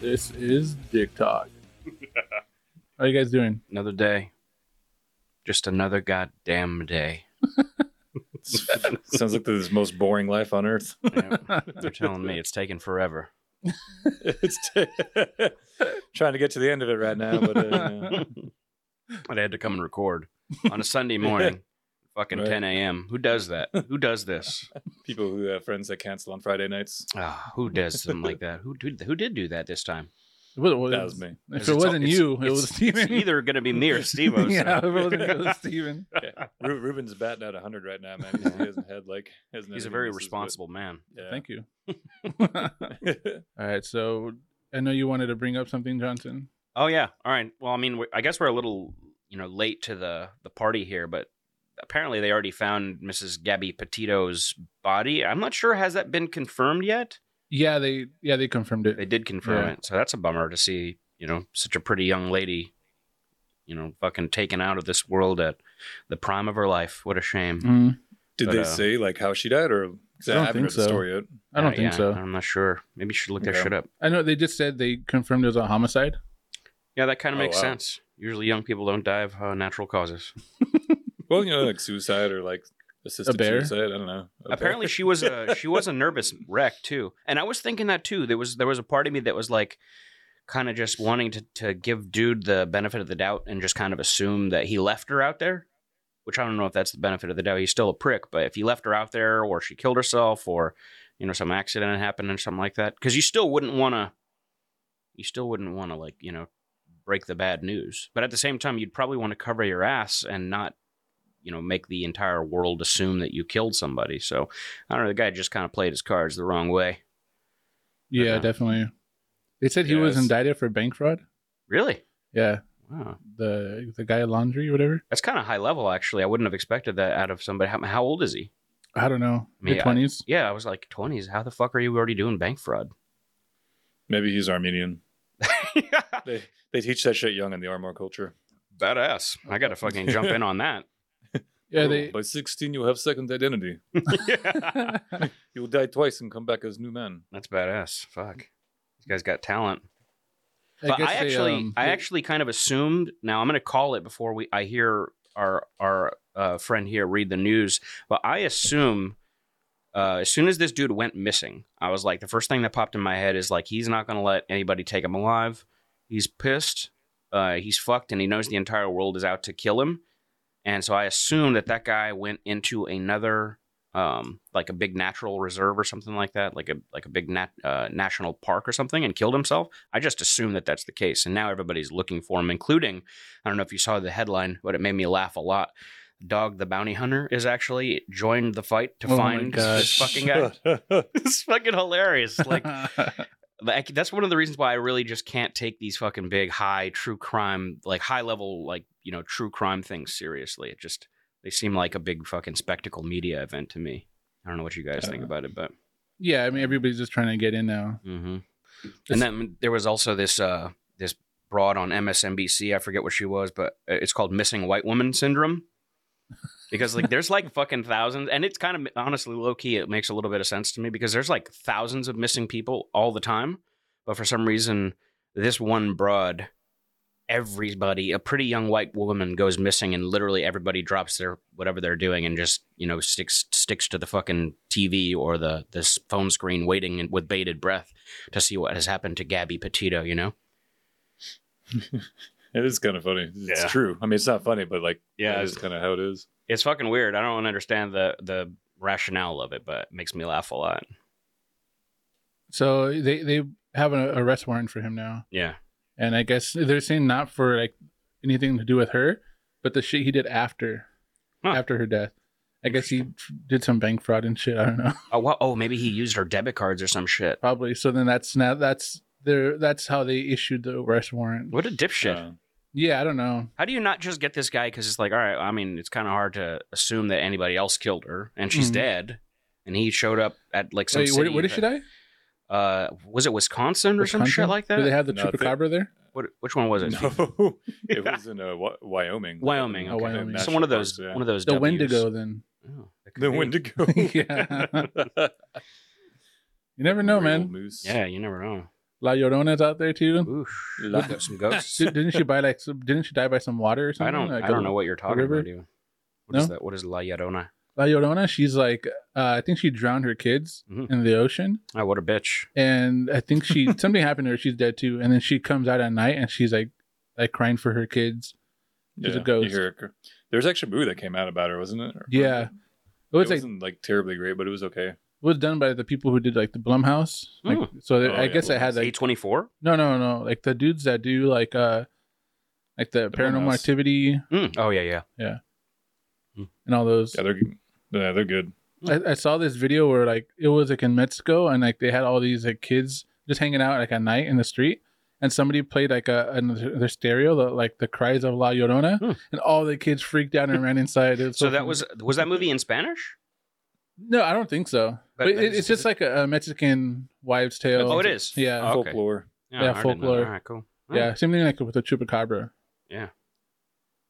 This is Dick Talk. How you guys doing? Another day. Just another goddamn day. Sounds like the most boring life on earth. Yep. They're telling me it's taking forever. it's trying to get to the end of it right now, but uh, I'd had to come and record on a Sunday morning, fucking Right. 10 a.m. Who does that? Who does this? people who have friends that cancel on Friday nights. Ah, who does something like that? Who did, who did do that this time? It was- it was- That was me. If It's- it it's- wasn't it's- you, it it's- was Steven. It's either going to be me or Steve. yeah, if it wasn't you, it was Steven. Ru- Ruben's batting at 100 right now, man. He's, he hasn't had like hasn't He's a had very any misses, but- responsible man. Yeah. Thank you. All right, so I know you wanted to bring up something, Johnson. Oh yeah. All right. Well, I mean, we I guess we're a little, you know, late to the the party here, but apparently they already found Mrs. Gabby Petito's body. I'm not sure has that been confirmed yet. Yeah, they yeah they confirmed They it. did confirm Yeah. it, so that's a bummer to see. You know, such a pretty young lady, you know, fucking taken out of this world at the prime of her life. What a shame. Mm, Did But, they uh, say like how she died, or 'cause I don't I haven't think heard the so. story yet? I don't Uh, think yeah, so. I'm not sure. Maybe you should look that Okay. shit up. I know they just said they confirmed it was a homicide. Yeah, that kind of Oh, makes wow. sense. Usually, young people don't die of uh, natural causes. Well, you know, like suicide or like assisted bear? suicide. I don't know. A bear? apparently she was a she was a nervous wreck too and i was thinking that too there was there was a part of me that was like kind of just wanting to, to give dude the benefit of the doubt and just kind of assume that he left her out there which i don't know if that's the benefit of the doubt he's still a prick but if he left her out there or she killed herself or you know some accident happened or something like that because you still wouldn't want to you still wouldn't want to like you know break the bad news but at the same time you'd probably want to cover your ass and not you know make the entire world assume that you killed somebody so i don't know the guy just kind of played his cards the wrong way Yeah, Uh-huh. definitely. They said he was Yes. indicted for bank fraud. really Yeah, wow the the guy laundry or whatever. that's kind of high level actually i wouldn't have expected that out of somebody how, how old is he I don't know. I mean, Mid I- twenties. yeah i was like 20s how the fuck are you already doing bank fraud maybe he's Armenian. They they teach that shit young in the Armor culture. badass i gotta fucking jump in on that Yeah, Cool. they. By 16, you'll have second identity. You'll die twice and come back as new man. that's badass fuck this guy's got talent I but guess I they, actually, um, I they- actually kind of assumed. Now I'm going to call it before we. I hear our our uh, friend here read the news, but I assume uh, as soon as this dude went missing, I was like, the first thing that popped in my head is like, he's not going to let anybody take him alive. He's pissed. Uh, he's fucked, and he knows the entire world is out to kill him. And so I assume that that guy went into another, um, like a big natural reserve or something like that, like a like a big nat, uh, national park or something, and killed himself. I just assume that that's the case, and now everybody's looking for him, including I don't know if you saw the headline, but it made me laugh a lot. Dog the bounty hunter is actually joined the fight to Oh my find gosh. this fucking guy. it's fucking hilarious. Like like that's one of the reasons why I really just can't take these fucking big high true crime, like high level, like you know, true crime things seriously. It just they seem like a big fucking spectacle media event to me. I don't know what you guys think Uh, about it, but yeah, I mean, everybody's just trying to get in now. hmm and then there was also this uh this broad on MSNBC. I forget what she was, but it's called missing white woman syndrome. Because like there's like fucking thousands, and it's kind of honestly low key. It makes a little bit of sense to me because there's like thousands of missing people all the time, but for some reason, this one broad, everybody, a pretty young white woman goes missing, and literally everybody drops their whatever they're doing and just you know sticks sticks to the fucking TV or the this phone screen, waiting in- with bated breath to see what has happened to Gabby Petito. You know? It is kind of funny. It's Yeah. true. I mean, it's not funny, but like, yeah, it's- that's kind of how it is. It's fucking weird. I don't understand the the rationale of it, but it makes me laugh a lot. So they they have an arrest warrant for him now, Yeah. and I guess they're saying not for like anything to do with her, but the shit he did after, Huh. after her death. I guess he did some bank fraud and shit. I don't know, Oh, well, oh, maybe he used her debit cards or some shit. probably. So then that's now that's their that's how they issued the arrest warrant. What a dipshit. Uh, Yeah, I don't know. How do you not just get this guy? Because it's like, all right, I mean, it's kind of hard to assume that anybody else killed her, and she's Mhm. dead, and he showed up at like some Wait, city. where, where did she die? die? Uh, was it Wisconsin or some Wisconsin? shit like that? Do they have the No, I think- chupacabra there? what, which one was it? no, it was in uh, Wy- Wyoming. Wyoming. Oh, Okay. Wyoming. So one of those, National one of those. The Ws. Wendigo then. Oh, that could The be. Wendigo. Yeah. You never know, Real man. Moose. Yeah, you never know. La Llorona's out there too. Oof. La- Got some ghosts. Did, didn't she buy like? Some, didn't she die by some water or I something? don't. Like I a- don't know what you're talking river? about. Even. What is No? that? What is La Llorona? La Llorona. She's like, uh, I think she drowned her kids Mhm. in the ocean, Oh, what a bitch! and I think she something happened to her. She's dead too, and then she comes out at night and she's like, like crying for her kids. There's a You ghost. hear it. cr- There was actually a movie that came out about her, wasn't it? Or- Yeah, It It was like wasn't like terribly great, but it was okay. was done by the people who did like the Blumhouse. Like, So that- Oh, I yeah, guess I had A like twenty four. no, no, no, like the dudes that do like uh, like the, Paranormal Blumhouse. Activity Oh yeah, yeah. and all those. Yeah, they're yeah, they're good. I, I saw this video where like it was like in Mexico and like they had all these like kids just hanging out like at night in the street and somebody played like a another their stereo the, like the cries of La Llorona Hmm. and all the kids freaked out and ran inside. It So that funny. was was that movie in Spanish? no, I don't think so. But But, that it, is- it's just like a, a Mexican wives' tale. Oh, it is. Yeah, Okay. Folklore. Yeah, I didn't know that. folklore. All right, cool. Oh. yeah, same thing like with the chupacabra.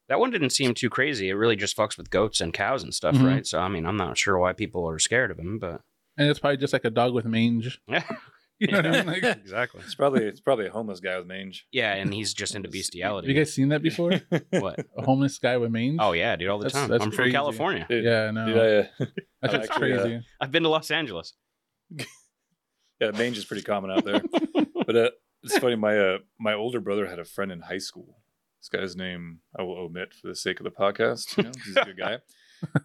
That one didn't seem too crazy. It really just fucks with goats and cows and stuff, Mhm. right? So I mean, I'm not sure why people are scared of him, but And it's probably just like a dog with mange. yeah, You know what I mean? Like, exactly. It's probably it's probably a homeless guy with mange. Yeah, and he's just into have you bestiality. guys seen that before? What? A homeless guy with mange? Oh yeah, dude, all the That's- time. that's I'm from crazy. California. Dude, yeah, no, Dude, I, uh, that's I'm just actually, uh, crazy. I've been to Los Angeles. yeah, mange is pretty common out there. but uh, it's funny. My uh, my older brother had a friend in high school. This guy's name I will omit for the sake of the podcast. You know, he's a good guy,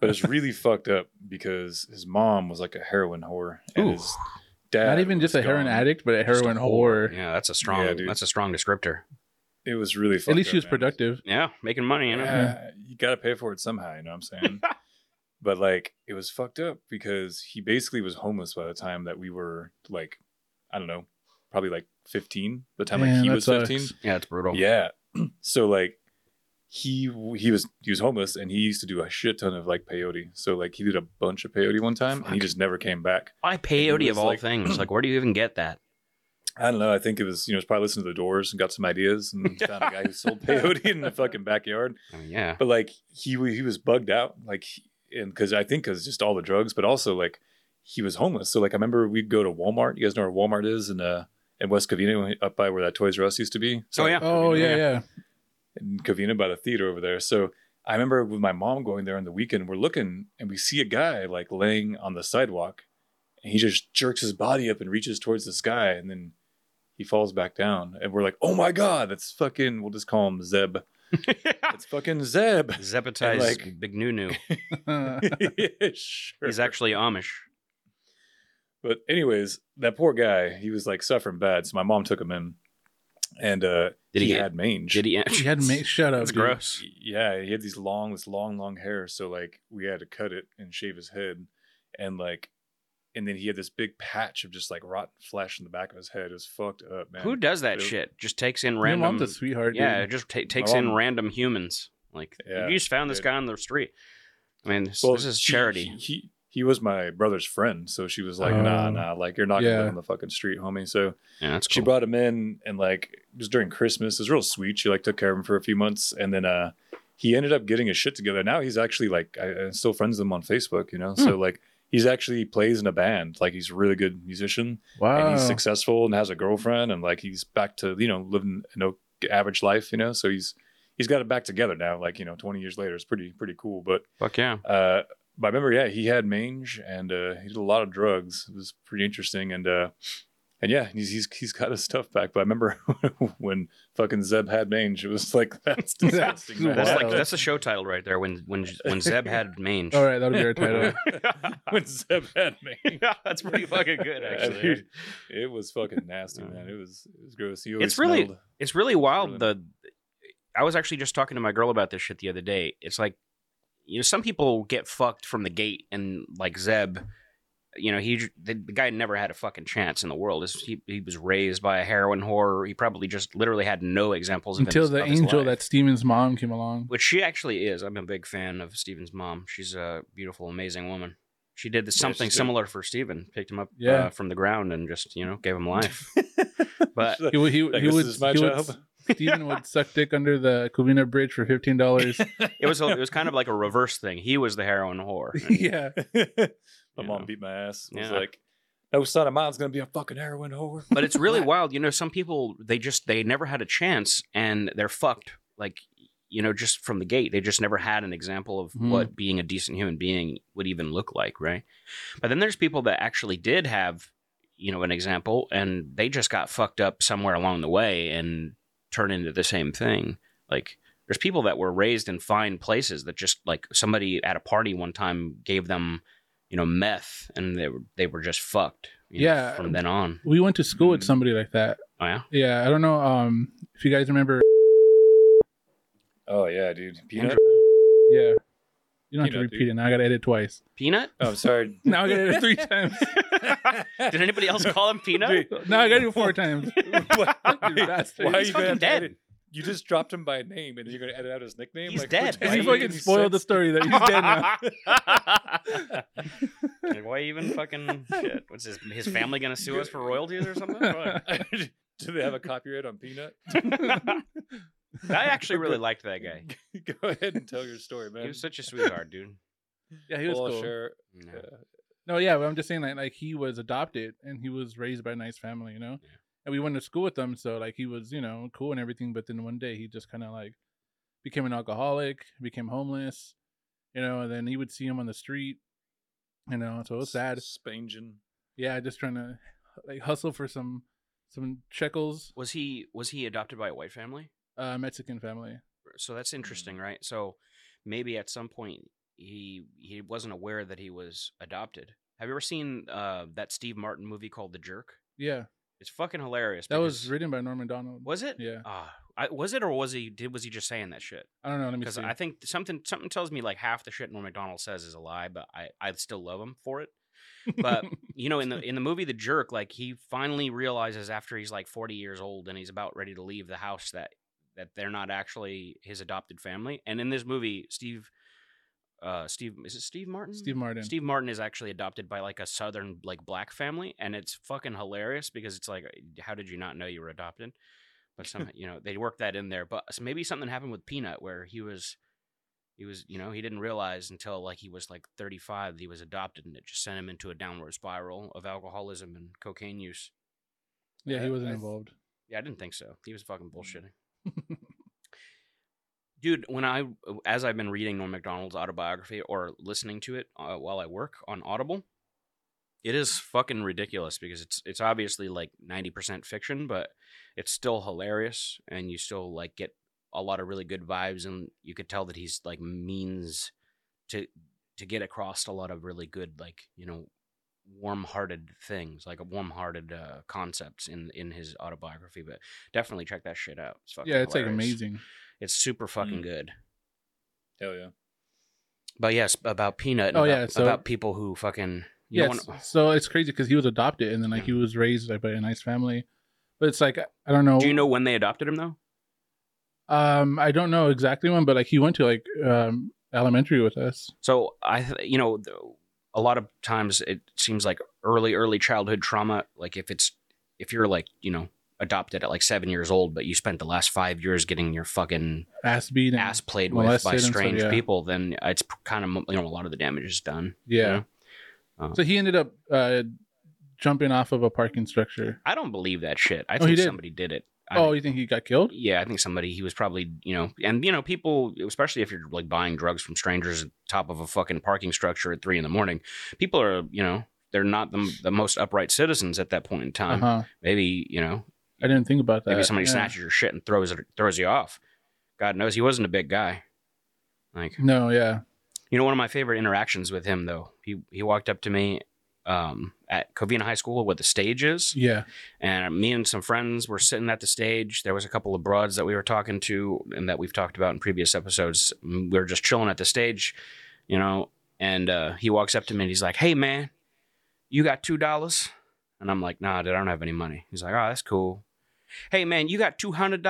but it's really fucked up because his mom was like a heroin whore, and Ooh. his dad Not even just a was heroin gone. addict, but a Just a heroin whore. Yeah, that's a strong. Yeah, dude. that's a strong descriptor. It was really. Fucked At least up, she was man. productive. Yeah, making money. You know? Yeah, you got to pay for it somehow. You know what I'm saying? but like, it was fucked up because he basically was homeless by the time that we were like, I don't know, probably like 15. The time Man, like he that was 15. sucks. Yeah, it's brutal. Yeah. So like, he he was he was homeless and he used to do a shit ton of like peyote. So like, he did a bunch of peyote one time and he Fuck. just never came back. Why It peyote was of all like- things? Like, where do you even get that? I don't know. I think it was you know it was probably listening to the Doors and got some ideas and found a guy who sold peyote in the fucking backyard. I mean, yeah. but like he wa- he was bugged out like he- and because i think because just all the drugs but also like he was homeless so like i remember we'd go to walmart you guys know where walmart is in uh in west covina when- up by where that toys r us used to be Oh, yeah. Oh Covina, yeah, yeah. in covina by the theater over there so i remember with my mom going there on the weekend we're looking and we see a guy like laying on the sidewalk and he just jerks his body up and reaches towards the sky and then he falls back down and we're like oh my god that's fucking we'll just call him zeb it's fucking zeb Zepatize like- Big New New. sure. He's actually Amish. But anyways, that poor guy, he was like suffering bad. So my mom took him in, and uh, Did he get- had mange. Did he? she had made shut up. That's dude. gross. Yeah, he had these long, this long, long hair. So like we had to cut it and shave his head, and like, and then he had this big patch of just like rotten flesh in the back of his head. It was fucked up, man. Who does that Dude. shit? Just takes in Your random. mom's a sweetheart. yeah, dude. just ta takes in mom- random humans. Like Yeah, you just found this dude. guy on the street. I mean, this, this is she- charity. He, he he was my brother's friend, so she was like, Oh. nah, nah, like you're not gonna Yeah. live on the fucking street, homie. So Yeah, that's she cool. brought him in and like it was during christmas it was real sweet she like took care of him for a few months and then uh he ended up getting his shit together now he's actually like I, am still friends with him on facebook you know Hmm. so like he's actually plays in a band like he's a really good musician Wow. and Oh. he's successful and has a girlfriend and like he's back to you know living an o- average life you know so he's he's got it back together now like you know 20 years later it's pretty pretty cool but Fuck yeah. uh, but I remember, yeah, he had mange and uh, he did a lot of drugs. It was pretty interesting, and uh, and yeah, he's, he's he's got his stuff back. But I remember when fucking Zeb had mange, it was like that's disgusting. man. That's like Wow. that's a show title right there. When when when Zeb had mange. All right, that'll be our title. when Zeb had mange. yeah, that's pretty fucking good Yeah, actually. dude, it was fucking nasty, Yeah. man. It was it was gross. He always It's really- smelled- It's really wild. Really. The I was actually just talking to my girl about this shit the other day. It's like you know, some people get fucked from the gate, and like Zeb, you know, he j- the, the guy never had a fucking chance in the world. It's- He, he was raised by a heroin whore. He probably just literally had no examples of Until his- the of his angel life. that Steven's mom came along. which she actually is. I'm a big fan of Steven's mom. She's a beautiful, amazing woman. She did the, something she's good. similar for Steven. Picked him up Yeah. uh, from the ground and just you know gave him life. but He would. He, like, he this would. is my he would- job. Steven would suck dick under the Covina Bridge for fifteen dollars. it was it was kind of like a reverse thing. He was the heroin whore. and- yeah. my You mom know. beat my ass. Was Yeah. like, No son of mine's gonna be a fucking heroin whore. but it's really wild you know some people they just they never had a chance and they're fucked like you know just from the gate they just never had an example of Mhm. what being a decent human being would even look like right but then there's people that actually did have you know an example and they just got fucked up somewhere along the way and turn into the same thing like there's people that were raised in fine places that just like somebody at a party one time gave them you know meth and they were they were just fucked you know, Yeah. from then on We went to school with Mhm. somebody like that. oh yeah Yeah, I don't know um, if you guys remember. Oh yeah, dude. Peanut. Yeah, you don't have to Peanut, repeat dude. it. Now I got to edit twice. Peanut? Oh, I'm sorry. Now I got to edit three times. Did anybody else call him Peanut? Dude, Now I got to do it four times. why, You bastard. why are He's you gonna fucking have to dead. edit- You just dropped him by name, and you're gonna edit out his nickname. He's like, dead. which Because Why you doesn't fucking make any spoiled the sense. story that he's dead now. Like, why even fucking shit? What's his his family gonna sue us for royalties or something? What? Do they have a copyright on Peanut? I actually really liked that guy. Go ahead and tell your story, man. He was such a sweetheart, dude. Yeah, he was Well, cool. sure. No. Yeah. No, yeah, but I'm just saying that like he was adopted and he was raised by a nice family, you know. Yeah. And we went to school with him, so like he was, you know, cool and everything. But then one day he just kind of like became an alcoholic, became homeless, you know. And then he would see him on the street, you know. So it was sad. Spangin. Yeah, just trying to like hustle for some some shekels. Was he was he adopted by a white family? Uh, Mexican family. So Mm. that's interesting, right? So maybe at some point he he wasn't aware that he was adopted. Have you ever seen uh, that Steve Martin movie called The Jerk? Yeah, It's fucking hilarious. that was because- written by Norman Donald. Was it? Yeah. Ah, I, was it or was he? Did was he just saying that shit? I don't know. Let me Because see. I think something something tells me like half the shit Norm Macdonald says is a lie, but I I still love him for it. But you know, in the in the movie The Jerk, like he finally realizes after he's like forty years old and he's about ready to leave the house that that they're not actually his adopted family. And in this movie, Steve. Uh, Steve is it Steve Martin? Steve Martin. Steve Martin is actually adopted by like a southern like black family, and it's fucking hilarious because it's like, "Uh, how did you not know you were adopted? But somehow, you know, they worked that in there. But s- maybe something happened with Peanut where he was, he was, you know, he didn't realize until like he was like 35 that he was adopted, and it just sent him into a downward spiral of alcoholism and cocaine use. yeah, he I- wasn't I- involved. Yeah, I didn't think so. He was fucking bullshitting. Dude, when I, as I've been reading Norm MacDonald's autobiography or listening to it uh, while I work on Audible, it is fucking ridiculous because it's it's obviously like ninety percent fiction, but it's still hilarious, and you still like get a lot of really good vibes, and you could tell that he's like means to to get across a lot of really good like you know warm-hearted things like a warm-hearted uh, concepts in in his autobiography but definitely check that shit out it's fucking Yeah, it's like hilarious. amazing. it's super fucking Mm. good Hell yeah. but yes about peanut and Oh, about, yeah, so- about people who fucking you Yes. don't wanna, So it's crazy because he was adopted and then like Yeah. he was raised like, by a nice family, but it's like I don't know. do you know when they adopted him though Um, I don't know exactly when, but like he went to like um elementary with us. So I, th- you know, th- a lot of times it seems like early, early childhood trauma. Like if it's if you're like you know adopted at like seven years old, but you spent the last five years getting your fucking Ass beat. and- ass played with Molested by and stuff, strange yeah. people, then it's p- kind of you know a lot of the damage is done. you Yeah. know? Uh, So he ended up uh jumping off of a parking structure. I don't believe that shit. I Oh, he think did? somebody did it. I oh, you think he got killed? yeah, I think somebody he was probably you know, and you know, people especially if you're like buying drugs from strangers at top of a fucking parking structure at three in the morning, people are you know they're not the, the most upright citizens at that point in Uh time. huh. Maybe you know I didn't think about that. maybe somebody Yeah. snatches your shit and throws it throws you off. God knows he wasn't a big guy. Like No, yeah. you know, one of my favorite interactions with him though, he he walked up to me um, at Covina High School where the stage is Yeah. and me and some friends were sitting at the stage. There was a couple of broads that we were talking to and that we've talked about in previous episodes. Mm, We were just chilling at the stage, you know, and uh, he walks up to me and he's like, Hey, man, you got $2? And I'm like, Nah, dude, I don't have any money. He's like, Oh, that's cool. Hey, man, you got $200?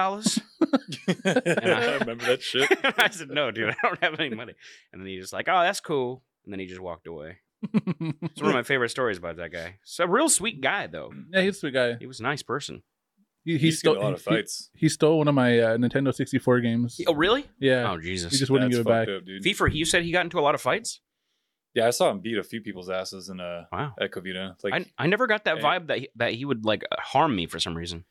I remember that shit. I said, No, dude, I don't have any money. And then he's just like, Oh, that's cool. And then he just walked away. It's one of my favorite stories about that guy. He's a real sweet guy, though. yeah, he's a sweet guy. He was a nice person. He, he He's stole got a lot of he- he- fights. He, stole one of my uh, Nintendo 64 games. Oh, really? Yeah. Oh, Jesus. he just wouldn't That's give it back. fucked Up, dude. FIFA, you said he got into a lot of fights? Yeah, I saw him beat a few people's asses in uh Wow. at Covina. Like, I, I never got that Hey. vibe that he, that he would like uh, harm me for some reason.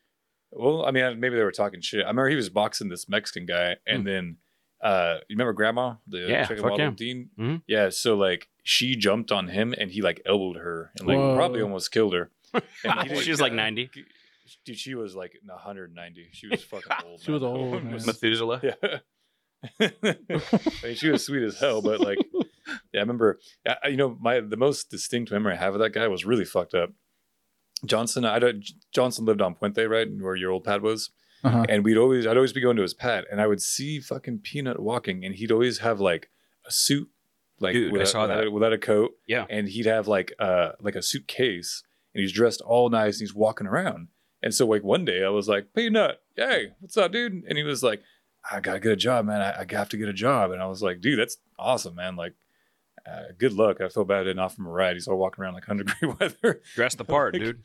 well, I mean, maybe they were talking shit. I remember he was boxing this Mexican guy, and then uh, you remember Grandma, the Hmm. Yeah, chicken fuck waddle yeah. Dean? Mhm. Yeah, so like she jumped on him, and he like elbowed her, and like Whoa. probably almost killed her. And he didn't- she was like ninety. Dude, she was like 190. She was fucking old. She was man. old, man. Methuselah. Yeah. I mean, she was sweet as hell, but like, yeah, I remember, I- I- you know, my the most distinct memory I have of that guy was really fucked up. Johnson, I don't, Johnson lived on Puente, right, where your old pad was, Uh-huh. and we'd always, I'd always be going to his pad, and I would see fucking Peanut walking, and he'd always have like a suit, like Dude, I without, saw that. without a- without a coat, Yeah. and he'd have like uh like a suitcase, and he's dressed all nice, and he's walking around, and so like one day I was like, Peanut, hey, what's up, dude? And he was like. I gotta get a job, man. I, I have to get a job. And I was like, dude, that's awesome, man. Like, uh, good luck. I feel bad I didn't offer him a ride. He's all walking around like 100 degree weather. Dress the part, Like- dude.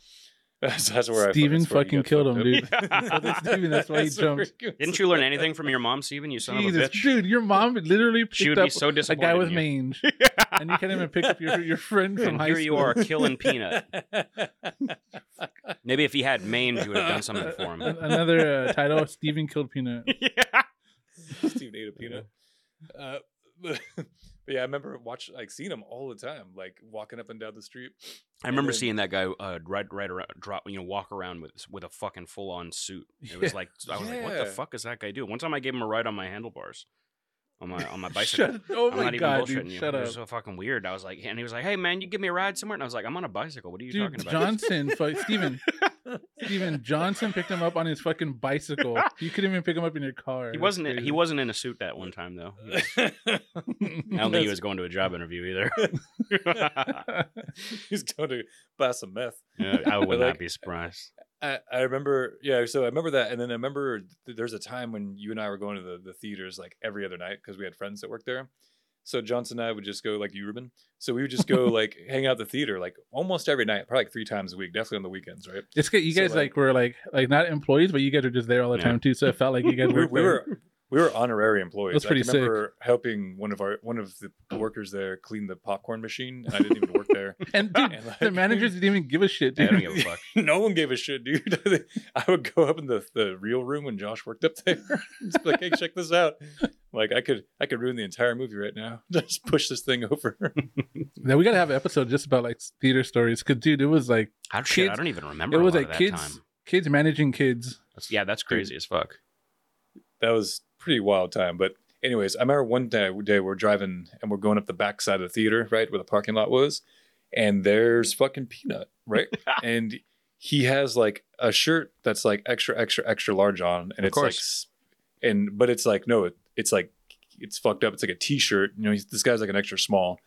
that's, that's where Steven I swear he fucking got killed fucked him, up. dude. That's Steven, that's why he where jumped. got- Didn't you learn anything from your mom, Steven? You son of a Jesus, bitch. dude, your mom literally picked She would up be so a disappointed. guy with in you. mange, and you can't even pick up your your friend from And high here school. you are killing Peanut. Maybe if he had mange, you would have done something for him. An- Another uh, title: Steven killed Peanut. yeah. Steven ate a peanut. Uh, but yeah, I remember watching, like, seeing him all the time, like walking up and down the street. I And remember then- seeing that guy uh, right, right around, drop, you know, walk around with with a fucking full on suit. It was Yeah. like I was like, what the Yeah. fuck is that guy doing? One time I gave him a ride on my handlebars, on my on my bicycle. Shut, oh I'm my not god, even bullshitting dude! you. Shut it up, was so fucking weird. I was like, and he was like, "Hey man, you give me a ride somewhere?" And I was like, "I'm on a bicycle. What are you talking dude. about?" Johnson, fuck, Steven, Steven Johnson picked him up on his fucking bicycle. You couldn't even pick him up in your car. he That's wasn't. crazy. He wasn't in a suit that one time though. Uh, He was- I don't think he was going to a job interview either. He's going to buy some meth. Yeah, I would Like- not be surprised. I, I remember, yeah. So I remember that, and then I remember th- there's a time when you and I were going to the, the theaters like every other night because we had friends that worked there. So Johnson and I would just go like you, Ruben. So we would just go like hang out at the theater like almost every night, probably like three times a week, definitely on the weekends, right? It's good. You So, guys like- like, were like like not employees, but you guys were just there all the Yeah. time too. So it felt like you guys We, were. we were we were honorary employees. That's pretty I sick. can remember helping one of our one of the workers there clean the popcorn machine, and I didn't even work there. and dude, And, like, the managers didn't even give a shit, I dude. don't give a fuck. no one gave a shit, dude. I would go up in the, the real room when Josh worked up there. Just be like, hey, check this out. Like I could I could ruin the entire movie right now. Just push this thing over. Now we gotta have an episode just about like theater stories, cause dude, it was like I don't, shit, I Kids- don't even remember. it was a lot of like that kids, time. kids managing kids. That's- yeah, that's crazy as fuck. that was pretty wild time. But anyways, I remember one day day we're driving and we're going up the back side of the theater, right, where the parking lot was, and there's fucking Peanut, right? and he has like a shirt that's like extra, extra, extra large on, and Of it's like course. s and but it's like no, it, it's like it's fucked up. It's like a t-shirt. You know, he's, this guy's like an extra small.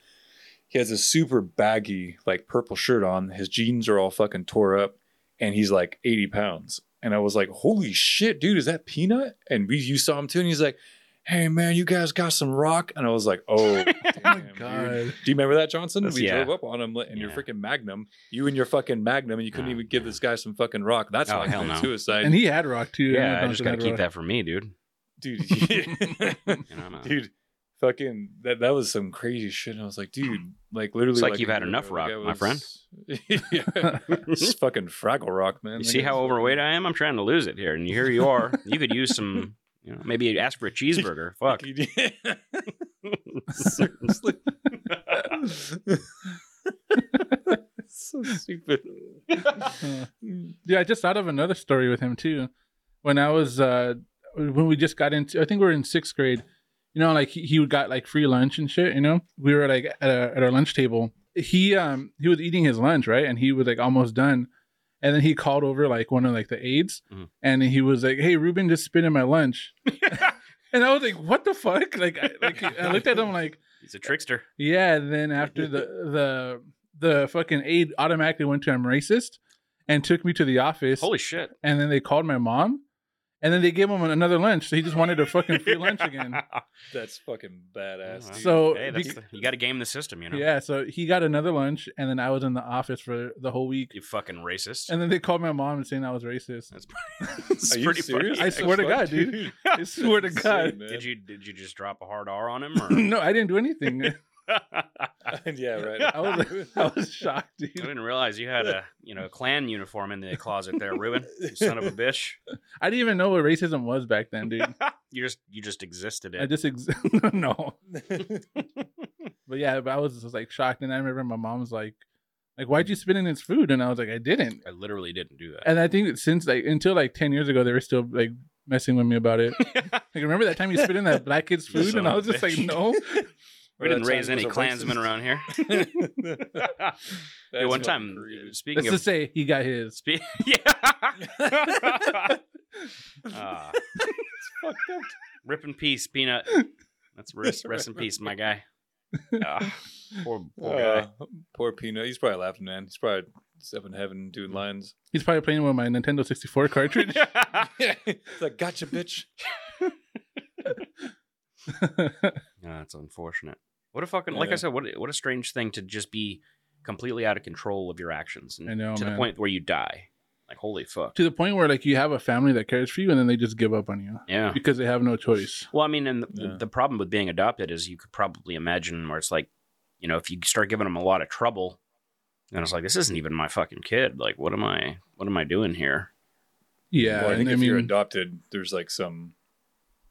He has a super baggy like purple shirt on. His jeans are all fucking tore up, and he's like 80 pounds. And I was like, "Holy shit, dude, is that Peanut?" And we you saw him too, and he's like, "Hey man, you guys got some rock." And I was like, "Oh, Oh my damn, dude." god. Do you remember that, Johnson? That's- we yeah. drove up on him in your Yeah. freaking Magnum. You and your fucking Magnum, and you couldn't Oh, even give yeah. this guy some fucking rock. That's Oh, why I hell committed no. suicide, And he had rock too. Yeah, I Everyone just had gotta keep rock. that for me, dude. dude. You know, I'm not- dude, fucking that that was some crazy shit. And I was like, dude, like literally, like you've a had year enough ago, the rock, guy my friend. yeah, it's fucking Fraggle Rock, You man. That see guy's how fucking- overweight I am? I'm trying to lose it here, and here you are. You could use some, you know, maybe you'd ask for a cheeseburger. Fuck. Seriously. so stupid. Uh, yeah, I just thought of another story with him too. When I was uh when we just got into, I think we were in sixth grade. You know, like he, he would got like free lunch and shit. You know, we were like at, a, at our lunch table. He um he was eating his lunch right, and he was like almost done, and then he called over like one of like the aides, Mhm. and he was like, "Hey, Ruben, just spit in my lunch." and I was like, "What the fuck?" Like, I, like I looked at him like. He's a trickster. Yeah, and then after the the the fucking aide automatically went to I'm racist and took me to the office. Holy shit. and then they called my mom, and then they gave him another lunch. So he just wanted a fucking free lunch again. That's fucking badass. dude. So hey, be- that's the- you got to game the system, you know. yeah, so he got another lunch, and then I was in the office for the whole week. You fucking racist. And then they called my mom and saying I was racist. that's Are that's you pretty serious? I funny. What the swear to fuck, God, dude. I swear to That's God. insane, man. Did you did you just drop a hard R on him? Or? no, I didn't do anything. I yeah, right. I was I was shocked, dude. didn't realize you had a you know a clan uniform in the closet there, Ruben. You son of a bitch. I didn't even know what racism was back then, dude. You just you just existed I it. just ex- no, but yeah, but I was just like shocked, and I remember my mom's like, like, why'd you spit in his food? And I was like, I didn't. I literally didn't do that. And I think that since like until like ten years ago, they were still like messing with me about it. Like, remember that time you spit in that black kid's You food? son And I of was a just like, bitch. no. we didn't raise any Klansmen around here. Hey, one time, Let's speaking of just say he got his. spe- yeah, Ah, rip in peace, Peanut. That's rest, rest in peace, my guy. Ah, poor poor Uh, guy. poor Peanut. He's probably laughing, man. He's probably up in heaven doing Mm. lines. He's probably playing with my Nintendo 64 cartridge. Ah, it's like, gotcha, bitch. Yeah, that's unfortunate. What a fucking like I Yeah. said. What a- what a strange thing to just be completely out of control of your actions and I know, to the man. point where you die. Like holy fuck. to the point where like you have a family that cares for you, and then they just give up on you Yeah. because they have no choice. Well, I mean, and the, Yeah. the problem with being adopted is you could probably imagine where it's like, you know, if you start giving them a lot of trouble, and it's like, this isn't even my fucking kid. Like, what am I? What am I doing here? Yeah, Well, I and think I if you're mean, adopted, there's like some,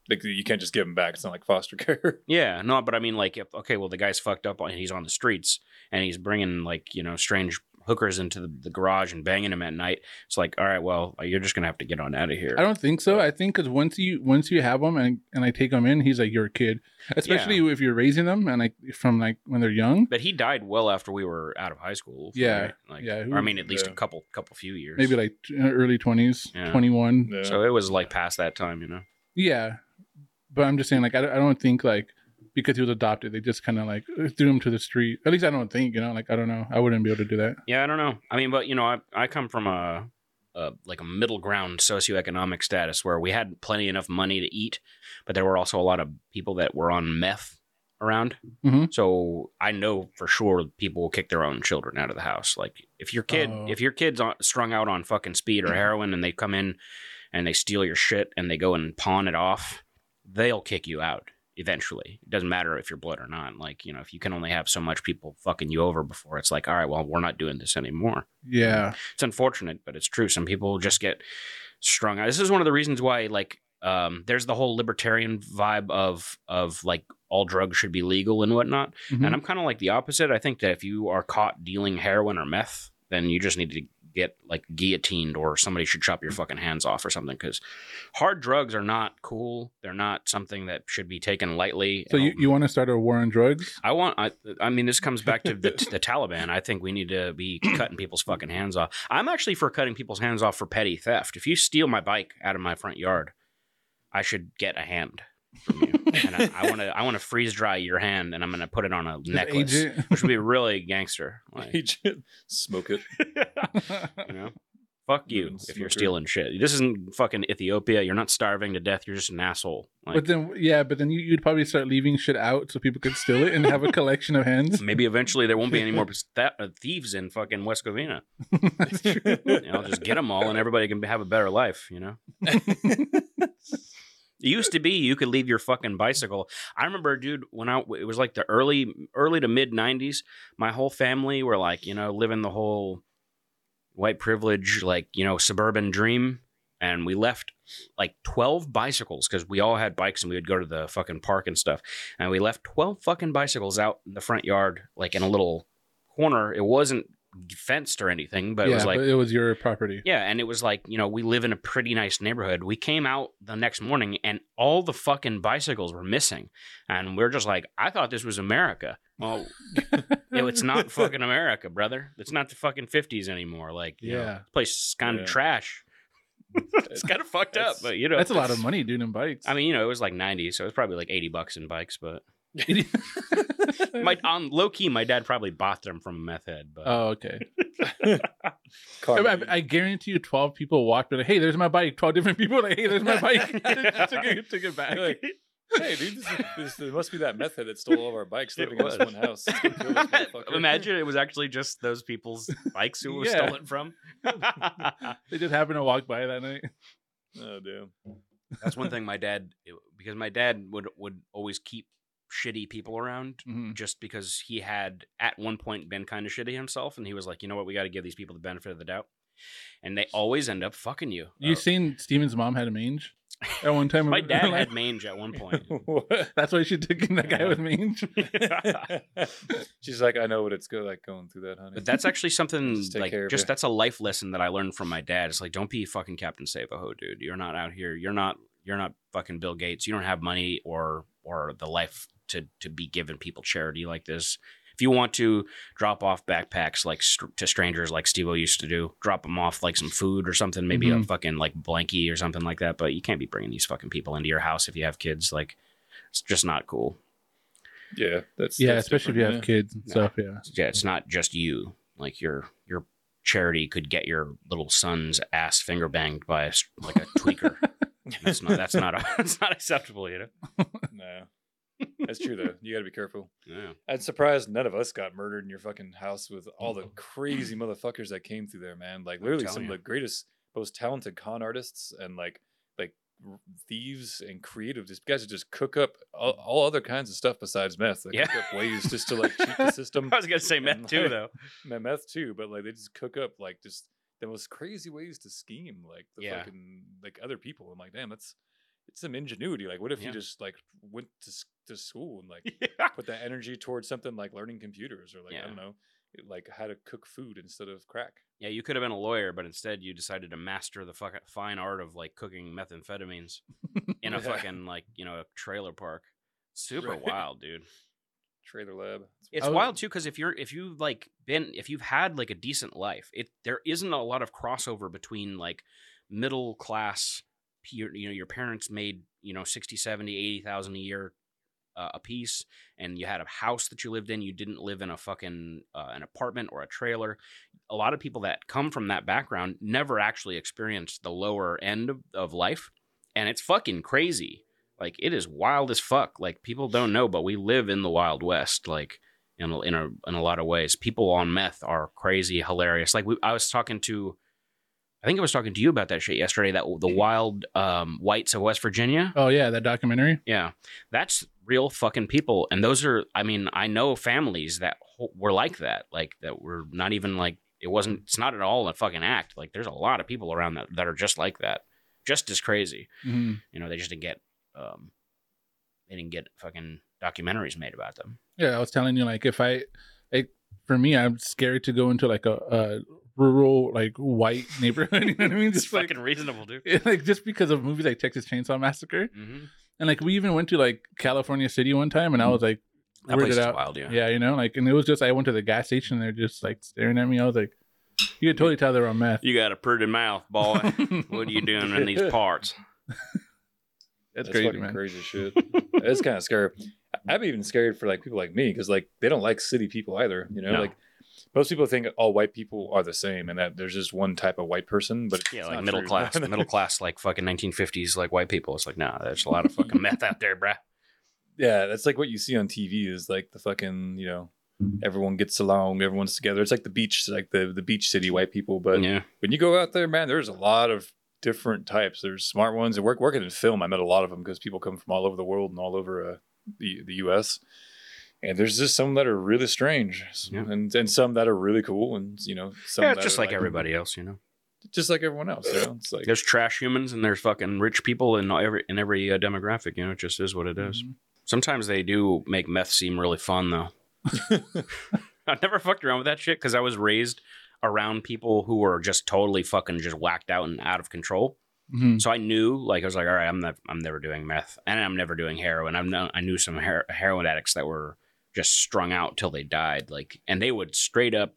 like you can't just give him back. It's not like foster care. Yeah, no, but I mean, like, if okay, well, the guy's fucked up and he's on the streets and he's bringing like you know strange hookers into the, the garage and banging them at night. It's like, all right, well, you're just gonna have to get on out of here. I don't think so. I think because once you once you have them and and I take them in, he's like your kid, especially if you're raising them and like from like when they're young, But he died well after we were out of high school. Yeah, right? like, yeah, Or, I mean, at least a yeah. couple, couple few years. maybe like t- uh, early 20s, Yeah. 21. Yeah. So it was like past that time, you know. Yeah, but I'm just saying like I, don't- I don't think like because he was adopted, they just kind of like uh, threw him to the street. At least I don't think you know. Like I don't know. I wouldn't be able to do that. Yeah, I don't know. I mean, but you know, I I come from a, a like a middle ground socioeconomic status where we had plenty enough money to eat, but there were also a lot of people that were on meth around. Mhm. So I know for sure people will kick their own children out of the house. Like if your kid Oh. if your kid's on, strung out on fucking speed or heroin and they come in and they steal your shit and they go and pawn it off, they'll kick you out eventually. It doesn't matter if you're blood or not. Like, you know, if you can only have so much people fucking you over before it's like, all right, well, we're not doing this anymore. Yeah, It's unfortunate, but it's true. Some people just get strung out. This is one of the reasons why, like, um, there's the whole libertarian vibe of of like all drugs should be legal and whatnot. Mhm. And I'm kind of like the opposite. I think that if you are caught dealing heroin or meth, then you just need to get like guillotined or somebody should chop your fucking hands off or something because hard drugs are not cool. They're not something that should be taken lightly. so you, Um, you want to start a war on drugs? I want. I, I mean, this comes back to the, the Taliban. I think we need to be cutting people's fucking hands off. I'm actually for cutting people's hands off for petty theft. If you steal my bike out of my front yard, I should get a hand from you. and I- I want to. I want to freeze dry your hand, and I'm going to put it on a Just age necklace, which would be really gangster. Like, He just- Smoke it. it? you know, fuck you if you're Smoker. stealing shit. This isn't fucking Ethiopia. You're not starving to death. You're just an asshole. Like, but then, yeah, but then you, you'd probably start leaving shit out so people could steal it and have a collection of hands. Maybe eventually there won't be any more th- thieves in fucking West Covina. That's true. you know, just get them all and everybody can have a better life, you know? It used to be you could leave your fucking bicycle. I remember, dude, when I it was like the early early to mid '90s. My whole family were like, you know, living the whole white privilege, like you know, suburban dream, and we left like twelve bicycles because we all had bikes and we would go to the fucking park and stuff, and we left twelve fucking bicycles out in the front yard, like in a little corner. It wasn't fenced or anything, but yeah, it was like but it was your property. yeah, and it was like, you know, we live in a pretty nice neighborhood. We came out the next morning and all the fucking bicycles were missing. And we're just like, I thought this was America. Well, no, it's not fucking America, brother. It's not the fucking 50s anymore. Like, you know, Yeah. this place is kind of Yeah. trash. it's kind of fucked up, That's- but you know. That's a lot of money, dude, in bikes. I mean, you know, it was like 90, so it was probably like 80 bucks in bikes, but my mean, on low key, my dad probably bought them from a meth head, but oh, okay. I, Car- I- I guarantee you, twelve people walked. But like, hey, there's my bike. Twelve different people like, hey, there's my bike. took, it, took it back. Like, hey, dude, this, is, this there must be that method that stole all of our bikes living in this was. one house. Let's go kill this motherfucker. Imagine it was actually just those people's bikes who were Yeah. stolen from. That's they just happened to walk by that night. Oh, damn. one thing my dad, because my dad would would always keep shitty people around hmm just because he had at one point been kind of shitty himself and he was like, you know what, we got to give these people the benefit of the doubt. And they always end up fucking you. You Uh, seen Steven's mom had a mange at one time? my dad Like, had mange at one point. What? That's why she took in that guy with mange. She's like, I know what it's go like going through that, honey. But that's actually something Just take like care of just you. that's a life lesson that I learned from my dad. It's like don't be fucking Captain Savaho, dude. You're not out here. You're not you're not fucking Bill Gates. You don't have money or or the life to to be giving people charity like this. If you want to drop off backpacks like str- to strangers like Stevo used to do, drop them off like some food or something, maybe a Mhm. fucking like blankie or something like that. But you can't be bringing these fucking people into your house if you have kids. Like it's just not cool. yeah, that's yeah, that's especially if you different, have kids and Yeah. stuff. Yeah. yeah, it's not just you. Like your your charity could get your little son's ass finger banged by a s like a tweaker. that's not that's not that's not acceptable, you know. yeah. No, that's true though. You got to be careful. Yeah. I'm surprised none of us got murdered in your fucking house with all the crazy motherfuckers that came through there, man. Like Mm. I'm literally some telling of you. the greatest, most talented con artists and like like r- thieves and creative. These guys that just cook up all, all other kinds of stuff besides meth. They Yeah. cook up ways just to like cheat the system. I was gonna say meth too, though. Me- meth too, but like they just cook up like just the most crazy ways to scheme like the Yeah. fucking like other people. I'm like, damn, that's it's some ingenuity. Like, what if Yeah. you just like went to s- to school and like yeah. put that energy towards something like learning computers or like I Yeah. don't know, it- like how to cook food instead of crack. yeah, you could have been a lawyer, but instead you decided to master the fucking fine art of like cooking methamphetamines in a Yeah. fucking like you know a trailer park. Super Right. wild, dude. Trailer lab. It's I would- wild too because if you're if you've like been if you've had like a decent life, it there isn't a lot of crossover between like middle class p- your, you know your parents made you know 60 70 80,000 a year uh, a piece and you had a house that you lived in you didn't live in a fucking uh, an apartment or a trailer a lot of people that come from that background never actually experienced the lower end of, of life and it's fucking crazy like it is wild as fuck like people don't know but we live in the wild west like in a, in a in a lot of ways people on meth are crazy hilarious like we, i was talking to i think i was talking to you about that shit yesterday that the wild um, whites of west virginia Oh yeah, that documentary. yeah, that's real fucking people, and those are. I mean, I know families that ho- were like that, like that were not even like it wasn't. It's not at all a fucking act. Like there's a lot of people around that that are just like that, just as crazy. hmm You know, they just didn't get, um, they didn't get fucking documentaries made about them. Yeah, I was telling you, like, if I, like, for me, I'm scared to go into like a, a rural, like, white neighborhood. You know what I mean? Just like, reasonable, dude. like just because of movies like Texas Chainsaw Massacre, Mm-hmm. and like we even went to like California City one time, and I was like, That Weirded place is out. wild, yeah. yeah, you know, like, and it was just I went to the gas station, and they're just like staring at me. I was like, you could totally tell they're on meth. Mm-hmm. You got a pretty mouth, boy. what are you doing in these parts? That's, crazy, fucking man. crazy shit. That's kind of scary. I- I'm even scared for like people like me because like they don't like city people either. You know, No. like most people think all white people are the same and that there's just one type of white person. But Yeah, it's like not middle true. class, middle class, like fucking 1950s, like white people. It's like, nah, there's a lot of fucking meth out there, bruh. yeah, that's like what you see on TV is like the fucking you know everyone gets along, everyone's together. It's like the beach, like the the beach city white people. But yeah, when you go out there, man, there's a lot of different types. There's smart ones. And work working in film, I met a lot of them because people come from all over the world and all over uh, the the U.S. And there's just some that are really strange, s- Yeah. and and some that are really cool, and you know, some yeah, that it's just are, like everybody else, you know. just like everyone else. You know? It's like There's trash humans and there's fucking rich people in every in every uh, demographic. You know, it just is what it is. Mhm. Sometimes they do make meth seem really fun, though. I never fucked around with that shit because I was raised around people who were just totally fucking just whacked out and out of control. Mhm. So I knew, like, I was like, all right, I'm not, I'm never doing meth, and I'm never doing heroin. I'm no, I knew some her- heroin addicts that were just strung out till they died, like, and they would straight up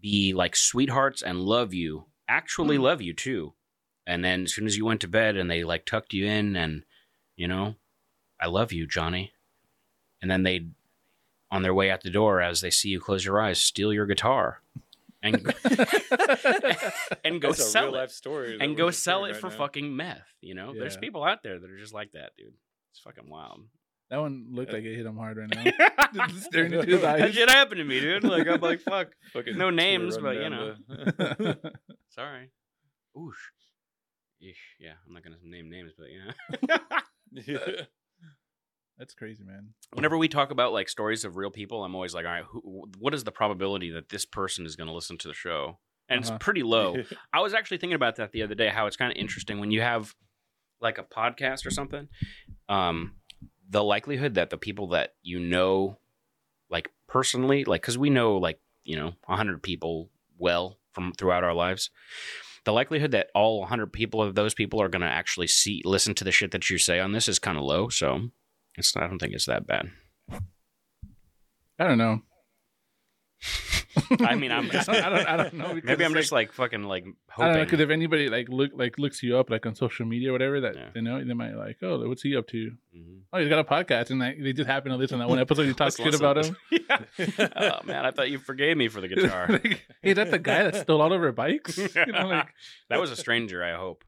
be like sweethearts and love you, actually Mm. love you too. And then as soon as you went to bed, and they like tucked you in, and you know, I love you, Johnny. And then they, on their way out the door, as they see you close your eyes, steal your guitar, and and go That's a sell real it life story that and we're go just sell doing it right for now. fucking meth. You know, there's Yeah. people out there that are just like that, dude. It's fucking wild. That one looked like it hit him hard right now. Just that staring into his eyes. shit happened to me, dude. Like I'm like, fuck. Fucking no tour names, run but, you down know. the- Sorry. Oosh. Eesh. Yeah, I'm not gonna name names, but yeah. Yeah. That's crazy, man. whenever we talk about like stories of real people, I'm always like, all right, who, what is the probability that this person is going to listen to the show? And Uh-huh. it's pretty low. I was actually thinking about that the other day. How it's kind of interesting when you have like a podcast or something. Um, the likelihood that the people that you know, like personally, like because we know like you know hundred people well from throughout our lives, the likelihood that all hundred people of those people are going to actually see listen to the shit that you say on this is kind of low. So it's I don't think it's that bad. I don't know. I mean, I'm just- I don't, I don't know. because Maybe I'm it's just like fucking like I don't know hoping. because if anybody like look like looks you up like on social media or whatever that Yeah. they know they might like oh what's he up to Mhm. oh he's got a podcast and like, they just happen to listen to that one episode you talk Let's shit listen. about him Yeah. Oh man, I thought you forgave me for the guitar. like, hey that's the guy that stole all of our bikes you know like That was a stranger, I hope.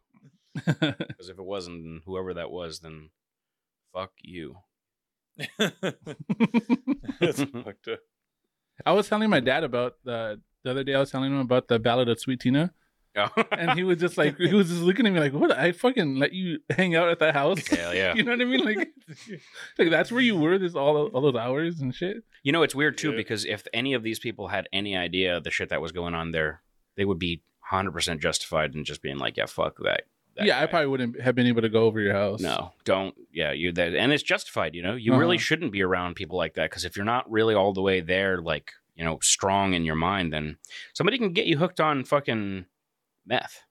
Because if it wasn't whoever that was, then fuck you. That's fucked up. I was telling my dad about the the other day I was telling him about the Ballad of Sweet Tina Oh. and he was just like he was just looking at me like what I fucking let you hang out at that house Hell yeah. you know what I mean like like that's where you were this all all those hours and shit You know, it's weird too Yeah. because if any of these people had any idea of the shit that was going on there, they would be 100% justified in just being like, yeah, fuck that. that yeah I guy. probably wouldn't have been able to go over your house No, don't. Yeah, you that, and it's justified. You know, you really Uh-huh. shouldn't be around people like that because if you're not really all the way there, like you know, strong in your mind, then somebody can get you hooked on fucking meth.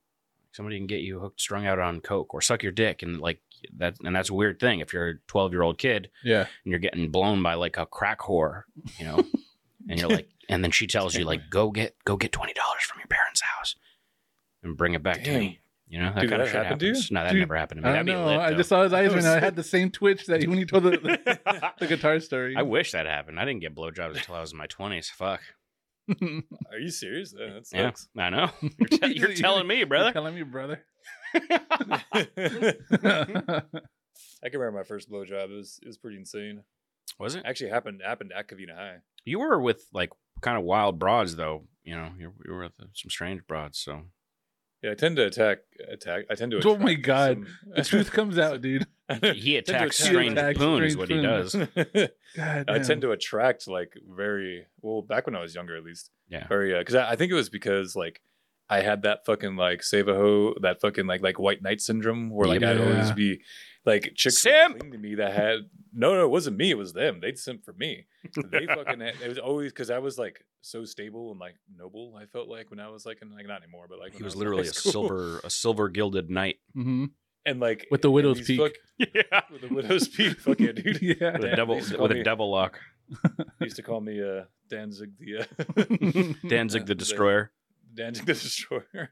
Somebody can get you hooked, strung out on coke or suck your dick, and like that. And that's a weird thing if you're a 12 year old kid yeah and you're getting blown by like a crack whore, you know, and you're like, and then she tells you like, go get go get twenty dollars from your parents' house and bring it back to Damn. me. You know, that Dude, kind of that shit happened to you? happens. No, that Dude, never happened to me. I don't That'd know. be lit, I though. just saw his eyes and I was- had the same twitch that he, when he told the, the guitar story. I wish that happened. I didn't get blowjobs until I was in my twenties. Fuck. Are you serious? That that Yeah, sucks. I know. You're, te- you're telling me, You're brother. telling me, brother. I That's can remember my first blowjob. It was it was pretty insane. Was it? Actually, happened happened at Covina High. You were with like kind of wild broads, though. You know, you you were with some strange broads. So Yeah, I tend to attack attack. I tend to. Oh my attract God. some- the truth comes out, dude. he attacks attack. strange Attacks poon, is strange what he poon. does. God I damn. tend to attract like very well back when I was younger at least. Yeah. Very because I, I think it was because like I had that fucking like save a hoe that fucking like like white knight syndrome where like I'd always Yeah. be like chicks would Simp! cling to me that had no no it wasn't me it was them they'd simp for me they fucking had, it was always because I was like so stable and like noble I felt like when I was like in like not anymore but like when He I was in literally high a school. silver, a silver gilded knight. Mhm. and like With the and widow's these peak. fuck- Yeah, with the widow's peak fuck yeah dude Yeah. with a Damn, double they used to with call a me- double lock. they used to call me uh Danzig the uh, Danzig Yeah, the they- Destroyer. Danzig the Destroyer.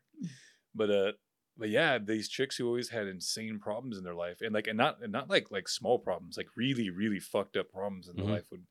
But uh but yeah, these chicks who always had insane problems in their life and like and not and not like like small problems, like really, really fucked up problems in their Mhm. life would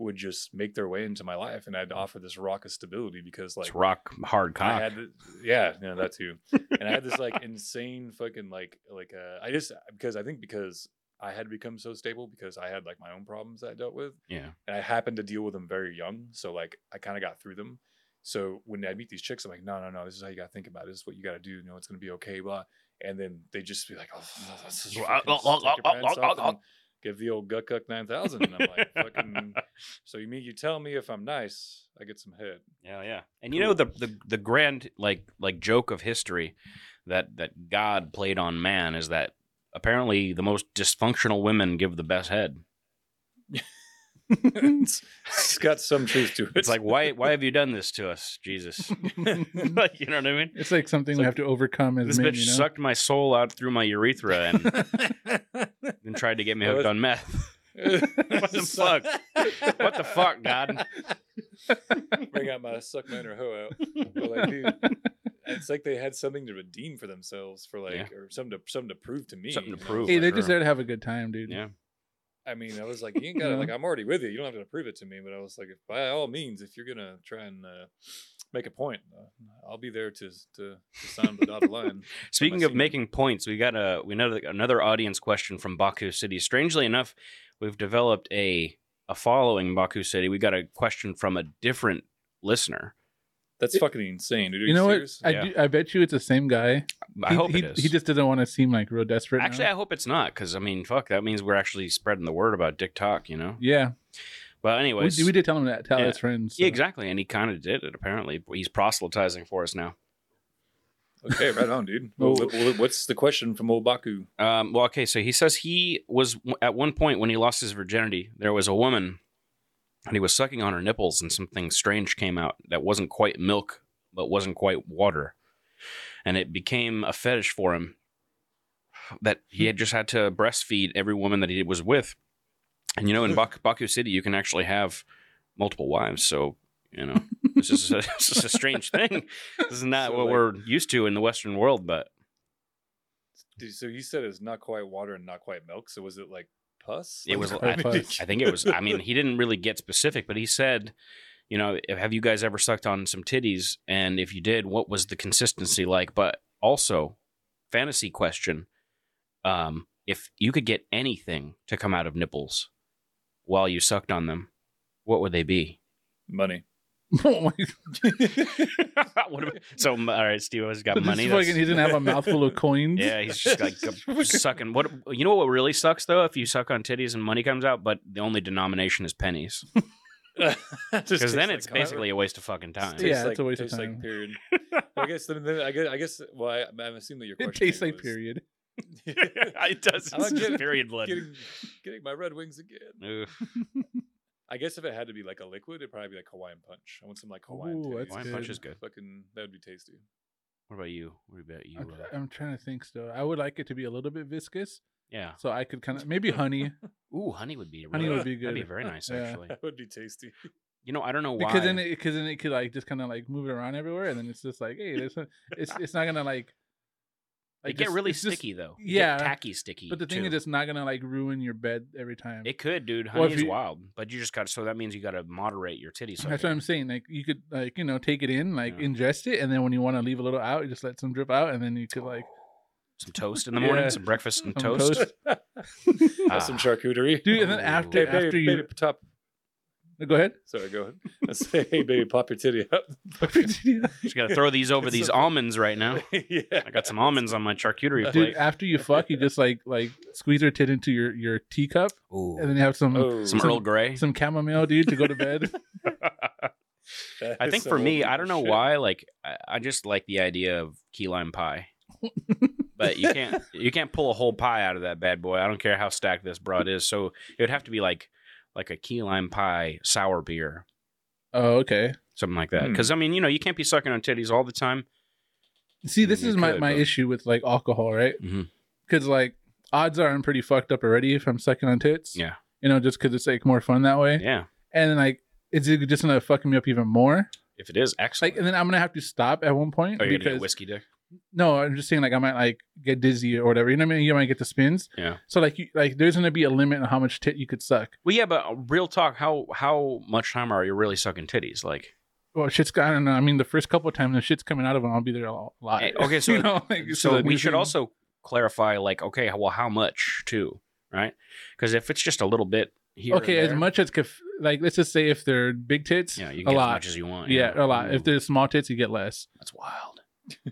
would just make their way into my life and I'd offer this rock of stability because like it's rock hard I cock. had th- yeah, yeah, that too. And I had this like insane fucking like like uh I just because I think because I had become so stable because I had like my own problems that I dealt with yeah, and I happened to deal with them very young. So like I kind of got through them. So when I meet these chicks, I'm like, no, no, no, this is how you gotta think about it. This is what you gotta do. You know, it's gonna be okay, blah. And then they just be like, oh, this is uh, fucking- just take your pants off and give the old guck guck nine thousand. And I'm like, fucking. So you mean you tell me if I'm nice, I get some head. yeah, yeah. And you know the, the the grand like like joke of history that that God played on man is that apparently the most dysfunctional women give the best head. it's, it's got some truth to it. It's like why why have you done this to us, Jesus? like you know what I mean? it's like something It's we like, have to overcome as This men, bitch you know? sucked my soul out through my urethra and then tried to get me That hooked was- on meth. What the fuck? What the fuck, God? Bring out my suck man or hoe out. But like, dude, it's like they had something to redeem for themselves, for like, Yeah. or something to something to prove to me. Something to you know? prove. Hey, for they're just sure. there to have a good time, dude. Yeah. I mean, I was like, you ain't gotta Yeah. like, I'm already with you. You don't have to prove it to me. But I was like, if, by all means, if you're gonna try and uh, make a point, uh, I'll be there to to, to sign the dotted line. Speaking I of seen. making points, we got a we know another audience question from Baku City. Strangely enough, we've developed a a following in Baku City. We got a question from a different listener That's It- fucking insane, dude. Are You know what? serious? I Yeah. do. I bet you it's the same guy. I he, hope he, it is. He just doesn't want to seem like real desperate. now. Actually, I hope it's not because I mean, fuck, that means we're actually spreading the word about Dick Talk, you know. yeah. But We, anyways, we did tell him that. Tell Yeah. his friends. yeah, so. exactly, and he kind of did it. Apparently, he's proselytizing for us now. Okay, right on, dude. Well, Oh. well, what's the question from old Baku? Um, well, okay, so he says he was at one point when he lost his virginity, there was a woman, and he was sucking on her nipples, and something strange came out that wasn't quite milk, but wasn't quite water, and it became a fetish for him that he had just had to breastfeed every woman that he was with, and you know, in Bak- Baku City, you can actually have multiple wives, so you know. This is, a, this is a strange thing. This is not So, what like- we're used to in the Western world, but Dude, so he said it's not quite water and not quite milk. So was it like pus? It Like, was- I- I think it was. I mean, he didn't really get specific, but he said, you know, if- have you guys ever sucked on some titties? And if you did, what was the consistency like? But also, fantasy question: um, If you could get anything to come out of nipples while you sucked on them, what would they be? money. Oh my- What ab- so, all right, Steve has got so money. This fucking, that's- he's gonna have a mouthful of coins. yeah, he's just like sucking. What you know? What really sucks though, if you suck on titties and money comes out, but the only denomination is pennies. Because then it's oh, basically a waste of fucking time. Yeah, it's a waste of time. Like period. Well, I guess then, then I guess I guess well I, I'm assuming that your It question tastes like was period. it does. I'm not It's kidding. period blood. Getting, getting my Red Wings again. Oof. I guess if it had to be like a liquid, it'd probably be like Hawaiian Punch. I want some like Hawaiian. Ooh, titties. that's Hawaiian Punch is good. Fucking that would be tasty. What about you? What about you? I'm, uh, I'm trying to think. Still, I would like it to be a little bit viscous, yeah. so I could kind of maybe honey Ooh, honey would be. Honey really- would be That'd be good. Uh, very nice, Yeah. actually. That would be tasty. You know, I don't know why. because then it because then it could like just kind of like move it around everywhere, and then it's just like hey, there's a- it's it's not gonna like They like get just- really it's just- sticky though. They get yeah. tacky sticky. But the thing too. is, it's not gonna like ruin your bed every time. it could, dude. Well, Honey if is you- wild, but you just got to. So that means you got to moderate your titties. That's what I'm saying. Like you could like you know take it in, like Yeah. ingest it, and then when you want to leave a little out, you just let some drip out, and then you could like Some toast in the morning, Yeah. some breakfast and Some toast. toast. Ah. Have some charcuterie. dude. And then Ooh. after Hey, Dude, after baby, you baby, top. go ahead. Sorry, go ahead. I say, hey, baby, pop your titty up. Just got to throw these over It's these so- almonds right now. yeah. Oh, I got some almonds on my charcuterie Dude, plate. after you fuck, you just like like squeeze your tit into your your teacup, Ooh, and then you have some Oh, some Earl Grey. some chamomile, dude, to go to bed. that I is think some for old me, I people don't know shit. why. Like, I, I just like the idea of key lime pie. but you can't you can't pull a whole pie out of that bad boy. I don't care how stacked this broad is. So it would have to be like like a key lime pie sour beer, oh, okay. something like that. Hmm. Because I mean, you know, you can't be sucking on titties all the time. See, this You is my could, my but- issue with like alcohol, right? Mhm. Because like odds are I'm pretty fucked up already if I'm sucking on tits. Yeah. you know, just because it's like more fun that way, Yeah, and then like. It's just gonna fuck me up even more. if it is Like, excellent. and then I'm gonna have to stop at one point oh, you're gonna because get whiskey dick. No, I'm just saying like I might like get dizzy or whatever. You know what I mean? You might get the spins. Yeah. So like you like there's gonna be a limit on how much tit you could suck. Well, yeah, but uh, real talk. How how much time are you really sucking titties? Like, Well, shit's I don't know. I mean, the first couple of times the shit's coming out of them, I'll be there a lot. Eh, okay, so- know, like, it's so a we new should thing. also clarify like okay well how much too right because if it's just a little bit here and okay as there- much as conf- like let's just say if they're big tits, yeah you a can get as lot. much as you want yeah, a lot. If Ooh, they're small tits, you get less. that's wild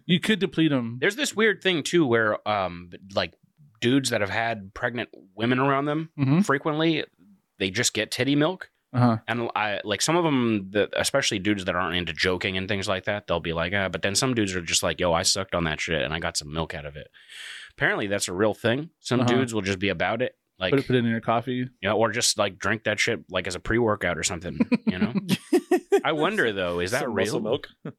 You could deplete them. there's this weird thing too where um like dudes that have had pregnant women around them Mm-hmm. frequently they just get titty milk Uh huh. and I like some of them, that, especially dudes that aren't into joking and things like that, they'll be like, ah, but then some dudes are just like, yo, I sucked on that shit and I got some milk out of it. Apparently, that's a real thing. Some Uh-huh. dudes will just be about it. Like, put it put it in your coffee. you know, or just like drink that shit like as a pre workout or something. You know, I wonder though, is that Some real? muscle milk?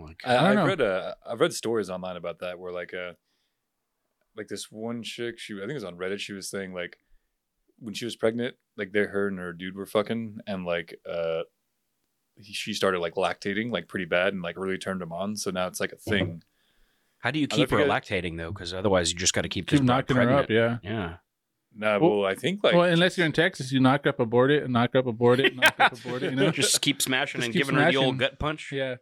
Like, I I, don't I know. have read uh, I've read stories online about that where like uh like this one chick she I think it was on Reddit she was saying like when she was pregnant like they her and her dude were fucking and like uh he, she started like lactating like pretty bad and like really turned him on so now it's like a thing how do you I keep her forget- lactating though? Because otherwise, you just got to keep this Keep knock knocking her up. pregnant. Yeah. Yeah. nah Well- well I think like well, unless you're in Texas, you knock up, abort it, and knock up, abort it, knock up, abort it. You know. just keep smashing Just and keep giving her the old smashing. gut punch. yeah.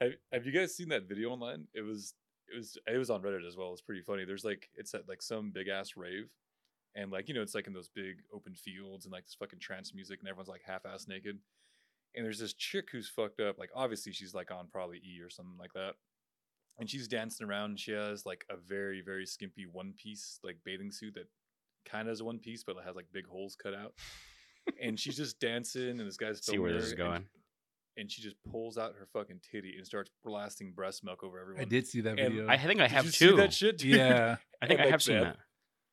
have, have you guys seen that video online it was it was it was on Reddit as well it's pretty funny there's like it's at like some big ass rave and like you know it's like in those big open fields and like this fucking trance music and everyone's like half ass naked and there's this chick who's fucked up. Like obviously she's like on probably E or something like that. And she's dancing around. And she has like a very very skimpy one piece like bathing suit that kind of is a one piece but it has like big holes cut out. and she's just dancing and this guy's See where filming this her, is and- going. And she just pulls out her fucking titty and starts blasting breast milk over everyone. I did see that And video. I think I Did have you see two. that shit, dude? yeah. I think I Like have seen that. that.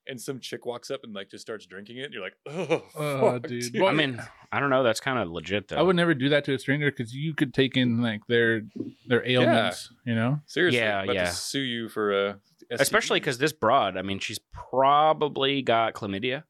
And some chick walks up and like just starts drinking it. And you're like, oh, Oh, fuck, dude. dude. Well, I mean, I don't know. That's kind of legit though. I would never do that to a stranger because you could take in like their their ailments, you know. Seriously, Yeah, about yeah. to sue you for uh, STD. especially because this broad. I mean, she's probably got chlamydia.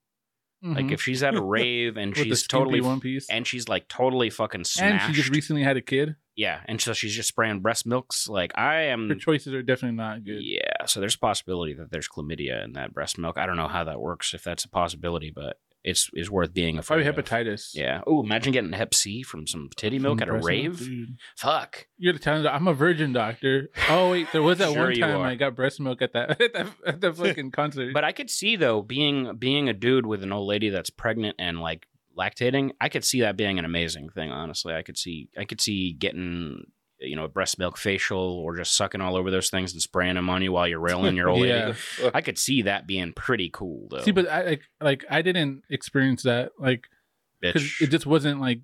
Mm-hmm. Like if she's at a rave and Mhm. Mm-hmm. With the she's skimpy totally one piece, and, and she's like totally fucking smashed. she just recently had a kid. yeah, and so she's just spraying breast milks. Like I Her am. choices are definitely not good. Mm. Yeah, so there's a possibility that there's chlamydia in that breast milk. I don't know how that works if that's a possibility, but it's is worth being afraid. Probably of. hepatitis. Yeah. Oh, imagine getting Hep C from some titty milk at a Impressive, rave. dude. Fuck. You're the town. I'm a virgin doctor. Oh wait, there was that Sure one you time are. I got breast milk at that at that, at that fucking concert. But I could see though being being a dude with an old lady that's pregnant and like lactating. I could see that being an amazing thing. Honestly, I could see I could see getting you know a breast milk facial or just sucking all over those things and spraying them on you while you're railing your old Yeah. lady. I could see that being pretty cool though. See, but I like like I didn't experience that like because bitch. it just wasn't like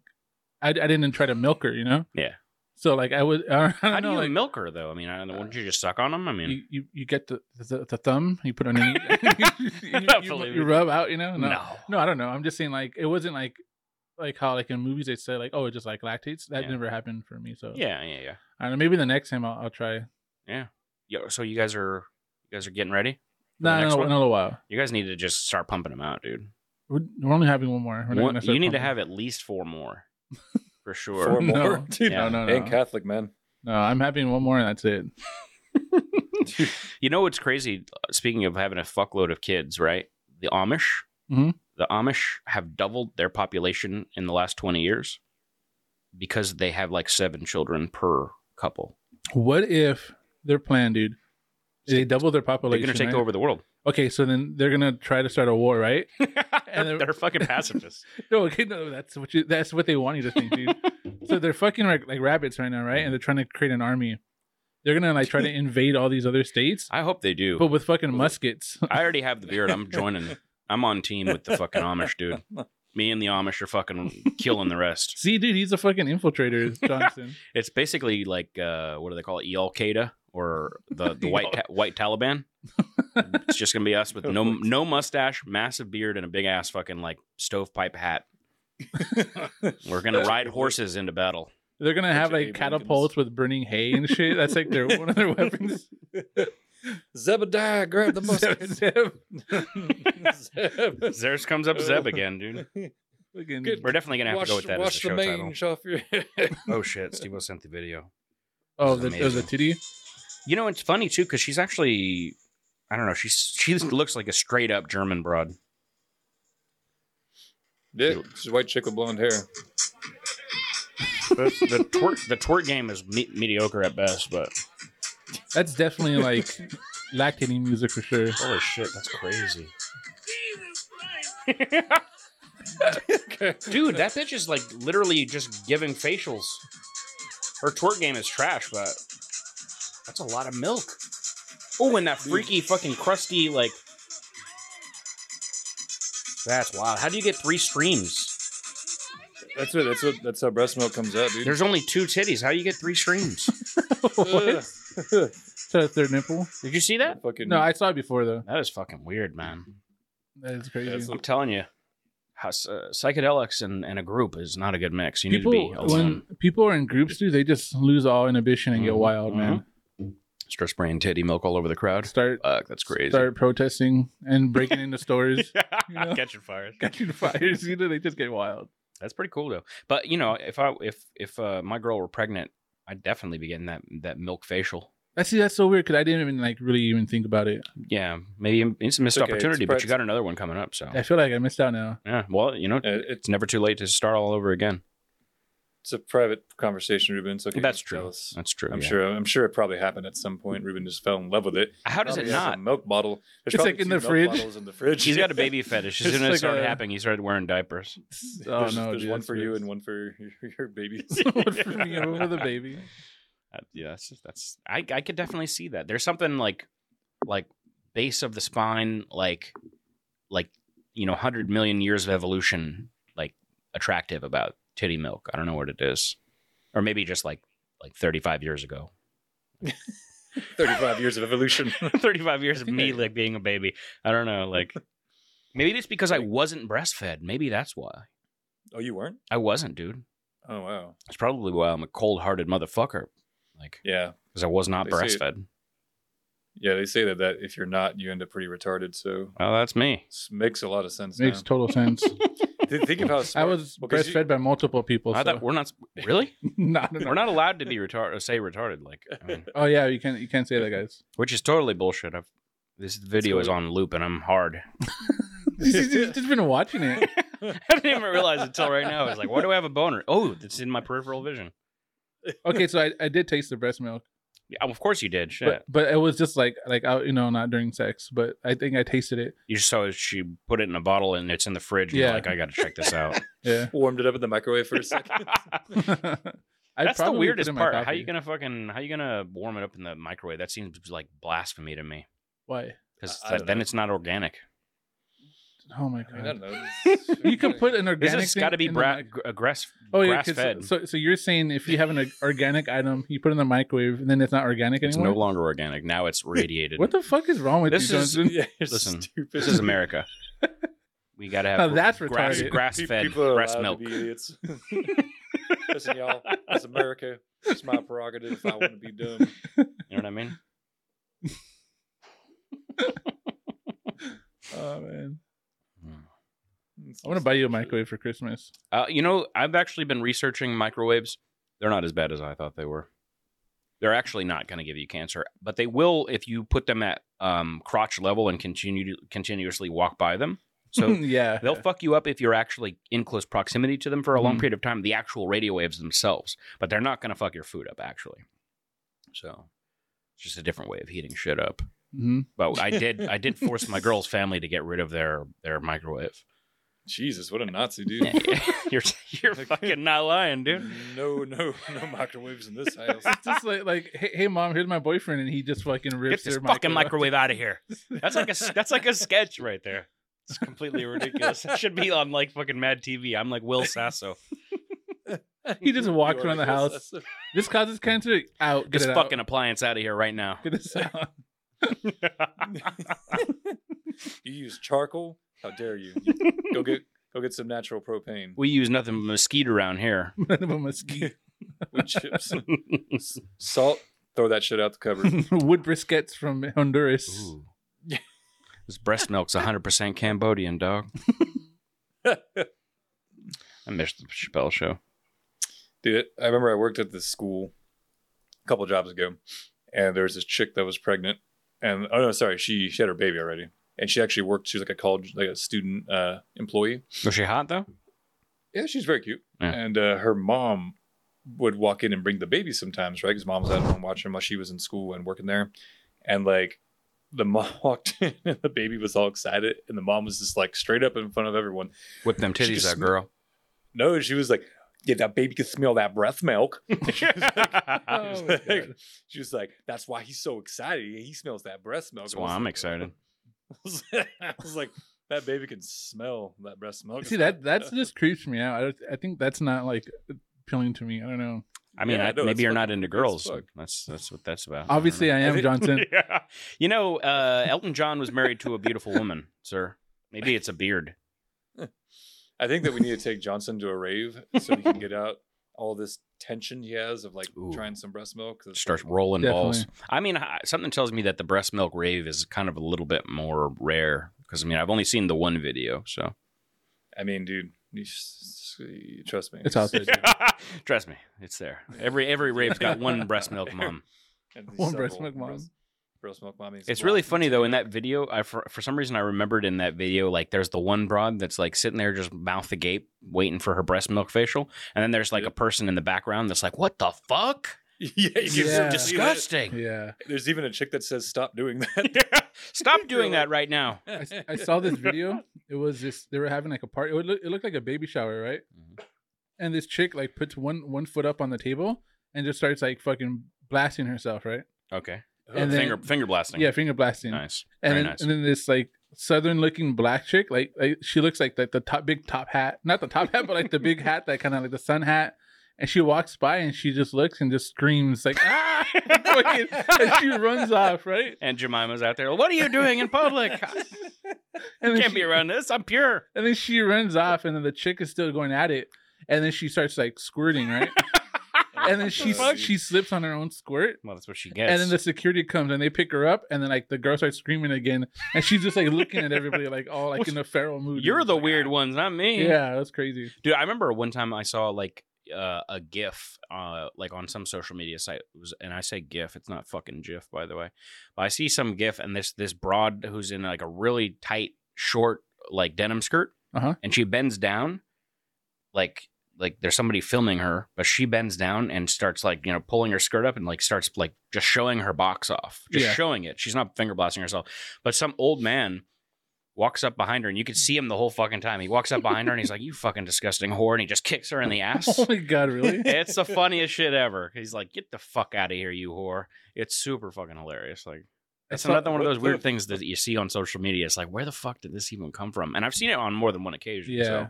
I, I didn't try to milk her, you know. Yeah. So like I would. I don't, I don't How know, do you like, milk her though? I mean, I, wouldn't you just suck on them? I mean, you, you, you get the, the the thumb you put underneath you, you, Believe you it. rub out you know no. no I don't know I'm just saying like it wasn't like like how like in movies they say like oh it just like lactates that Yeah. never happened for me so Yeah, yeah, yeah. I don't know maybe the next time I'll, I'll try Yo, so you guys are you guys are getting ready. no next no no one? in a little while You guys need to just start pumping them out, dude. we're, we're only having one more We're not One- gonna you start need to pumping. have at least four more, for sure. Four No. more, dude. Yeah. no no And no Catholic man. no I'm having one more and that's it You know what's crazy? Uh, Speaking of having a fuckload of kids, right? The Amish, Mhm. the Amish have doubled their population in the last twenty years because they have like seven children per couple. what if their plan dude they double their They're population gonna take right? over the world. okay so then they're gonna try to start a war right they're, they're fucking pacifists. No, okay, no, that's what you that's what they want you to think, dude. so they're fucking like, like rabbits right now, right? And they're trying to create an army. They're gonna like try to invade all these other states, I hope they do. but with fucking muskets. I already have the beard. I'm joining. I'm on team with the fucking Amish dude. Me and the Amish are fucking killing the rest. See, dude, he's a fucking infiltrator, Johnson. It's basically like uh, what do they call it? Al Qaeda or the, the white ta- white Taliban. it's just gonna be us with no no mustache, massive beard, and a big ass fucking like stovepipe hat. We're gonna ride horses into battle. They're gonna have Bunch like of Abe catapults with burning hay and shit. That's like their one of their weapons. Zebediah, grab the musket. Zeb. Zeus comes up Zeb again, dude. Fucking- We're definitely gonna have wash, to go with that as the wash show the title. mange off your head. Oh shit, Steve sent the video. oh, This the, is oh, the amazing. titty. You know, it's funny too because she's actually, I don't know, she's she looks like a straight up German broad. yeah, she's a white chick with blonde hair. The, the twerk the twerk game is me- mediocre at best, but That's definitely like lactating music for sure. holy shit, that's crazy, Jesus Christ. dude. That bitch is like literally just giving facials. Her twerk game is trash, but that's a lot of milk. Oh, and that freaky fucking crusty like. That's wild. How do you get three streams? That's what. That's what. That's how breast milk comes out, dude. There's only two titties. How do you get three streams? what? So that's their nipple? Did you see that? Fucking No, I saw it before though. That is fucking weird, man. That is crazy. That's I'm telling you, how, uh, psychedelics and, and a group is not a good mix. You need to be alone. when people are in groups, dude, they just lose all inhibition and get Mhm, wild, man. Start spraying titty milk all over the crowd. Start Fuck, that's crazy. start protesting and breaking into stores, you know? Catching fires. catching fires. You know, they just get wild. That's pretty cool though. But you know, if I if if uh, my girl were pregnant, I'd definitely be getting that that milk facial. That's see, that's so weird because I didn't even like really even think about it. Yeah, maybe it's a missed okay, it's opportunity, but preg- you got another one coming up. So I feel like I missed out now. yeah, well, you know, Uh, it- it's never too late to start all over again. it's a private conversation, Ruben. So That's true. That's true. I'm yeah. sure. I'm sure it probably happened at some point. Ruben just fell in love with it. How does it Probably has not? A milk bottle. It's There's probably like in two the milk fridge. Bottles in the fridge. He's got a baby fetish. As soon It's as it like started a- happening, he started wearing diapers. Oh there's, no, There's dude, one that's for you gross. and one for your, your babies. one for me and one for the baby. Uh, yeah, that's, just- that's I, I could definitely see that. There's something like like base of the spine, like like you know, hundred million years of evolution, like attractive about titty milk. I don't know what it is, or maybe just like like 35 years ago, 35 years of evolution. 35 years of think me I- like being a baby. I don't know, like maybe it's because I wasn't breastfed. Maybe that's why oh, you weren't? I wasn't, dude. Oh wow. It's probably why I'm a cold-hearted motherfucker, like Yeah, because I was not They say- breastfed. yeah. They say that that if you're not, you end up pretty retarded. So Well, that's me. this makes a lot of sense. Makes total sense. now. Th- Think of how I smart- was well, 'cause breastfed by multiple people. I so. thought we're not really. not We're not allowed to be retarded. Say retarded, like, I mean, Oh yeah, you can't you can't say that, guys. which is totally bullshit. I've, this video is on loop, and I'm hard. He's he's- he's just been watching it. I didn't even realize until right now. It's like, why do I have a boner? Oh, it's in my peripheral vision. Okay, so I, I did taste the breast milk, Yeah, of course you did. Shit. but but it was just like like I, you know not during sex, but I think I tasted it. you just saw she put it in a bottle, and it's in the fridge. And Yeah. You're like, I got to check this out. Yeah, warmed it up in the microwave for a second. I That's the probably put it weirdest in my part. How coffee. you gonna fucking? How you gonna warm it up in the microwave? That seems like blasphemy to me. Why? Because I- I don't then know. it's not organic. Oh my I mean, I don't god! know. You can put an This organic. has got thing to be in the bra- uh, mic- grass. Oh yeah, grass 'cause fed. so so you're saying if you have an o- organic item, you put it in the microwave, and then it's not organic it's anymore. no longer organic. Now it's radiated. what the fuck is wrong with This you, is- Johnson? yeah, you're Listen, stupid. This is America. We gotta have Now that's grass, retarded. grass Pe- fed, people are breast allowed milk. To be idiots. Listen, y'all, it's America. It's my prerogative if I want to be dumb. You know what I mean? Oh man, I want to buy you a microwave for Christmas. Hmm. Uh, you know, I've actually been researching microwaves. They're not as bad as I thought they were. They're actually not going to give you cancer, but they will if you put them at um, crotch level and continue to continuously walk by them. So yeah, They'll fuck you up if you're actually in close proximity to them for a long Mhm. period of time, the actual radio waves themselves. But they're not going to fuck your food up, actually. So it's just a different way of heating shit up. hmm But I did I did force my girl's family to get rid of their their microwave. Jesus, what a Nazi, dude. you're you're fucking not lying, dude. No, no, no microwaves in this house. it's just like like hey, hey mom, here's my boyfriend, and he just fucking rips Get this their fucking microwave. microwave out of here. That's like a s- that's like a sketch right there. It's completely ridiculous. It should be on like fucking Mad TV. I'm like Will Sasso. He just walks around the house. This causes cancer. Out. Get Get this it fucking appliance out of here right now. Out. Get this out. You use charcoal? How dare you? Go get go get some natural propane We use nothing but mesquite around here. None of a mosquito. with chips, S- salt. Throw that shit out the cupboard. Wood briskets from Honduras. Ooh. this breast milk's 100% Cambodian, dog. I missed the Chappelle show. Dude, I remember I worked at this school a couple jobs ago, and there was this chick that was pregnant, and oh no, sorry, she she had her baby already, and she actually worked. She was like a college, like a student uh, employee. Was she hot, though? Yeah, she's very cute, Yeah. and uh, her mom would walk in and bring the baby sometimes, right? Because mom was at home watching while she was in school and working there, and like the mom walked in, and the baby was all excited, and the mom was just like straight up in front of everyone. Whip them She titties, just that girl. No, she was like, "Yeah, that baby can smell that breast milk." That's Oh, Like, God. She was like, "That's why he's so excited. He smells that breast milk." why I'm excited. I was like, I was like, "That baby can smell that breast milk." See that that's just creeps me out. I, don't- I think that's not like appealing to me. I don't know. I mean, I, Yeah, no, that's maybe you're fucking- not into that's girls. fuck. That's that's what that's about. Obviously, I don't am Johnson. know. yeah. You know, uh, Elton John was married to a beautiful woman, sir. Maybe it's a beard. I think that we need to take Johnson to a rave so he can get out all this tension he has of like Ooh. trying some breast milk. 'cause it's starts like- rolling balls. Definitely. I mean, I- something tells me that the breast milk rave is kind of a little bit more rare because I mean, I've only seen the one video, so I mean, dude, you, s- s- trust me, It's out there. dude. trust me, it's there. Every every rave's got one breast milk mom. And these One breast several milk mom. Breast milk mommy. It's really funny though. In that video, I for, for some reason I remembered in that video, like there's the one broad that's like sitting there just mouth agape, waiting for her breast milk facial, and then there's like a person in the background that's like, "What the fuck? yeah, you can This is Yeah. see that. disgusting! Yeah. There's even a chick that says, "Stop doing that." Stop doing that right now." I, s- I saw this video. It was just they were having like a party. It, would look, it looked like a baby shower, right? Mm-hmm. And this chick like puts one one foot up on the table and just starts like fucking blasting herself, right? Okay, And then- finger finger blasting. Yeah, finger blasting. nice. and Very then, nice. and then this like southern looking black chick like, like she looks like the, the top big top hat not the top hat but like the big hat that kind of like the sun hat and she walks by and she just looks and just screams like ah Fucking- and she runs off right And Jemima's out there. What are you doing in Oh public? I and then, can't she, be around this. I'm pure. and then she runs off and then the chick is still going at it and then she starts like squirting right and then she Fuck. she slips on her own squirt Well, that's what she gets. And then the security comes and they pick her up, and then like the girl starts screaming again, and she's just like looking at everybody like all like in a feral mood. You're It's the like, weird "Ah." ones, not me. Yeah, that's crazy. Dude, I remember one time I saw like uh, a GIF, uh, like on some social media site. It was, and I say GIF, it's not fucking GIF, by the way. But I see some GIF, and this this broad who's in like a really tight, short, like denim skirt, Uh-huh. and she bends down, like like there's somebody filming her, but she bends down and starts like you know pulling her skirt up and like starts like just showing her box off, just Yeah. showing it. She's not finger blasting herself, but some old man walks up behind her and you can see him the whole fucking time. He walks up behind her and he's like, "You fucking disgusting whore," and he just kicks her in the ass. Oh my god, really? it's the funniest shit ever. He's like, "Get the fuck out of here, you whore!" It's super fucking hilarious. Like. That's I saw- another one of what those weird the- things that you see on social media. It's like, where the fuck did this even come from? And I've seen it on more than one occasion. Yeah. So.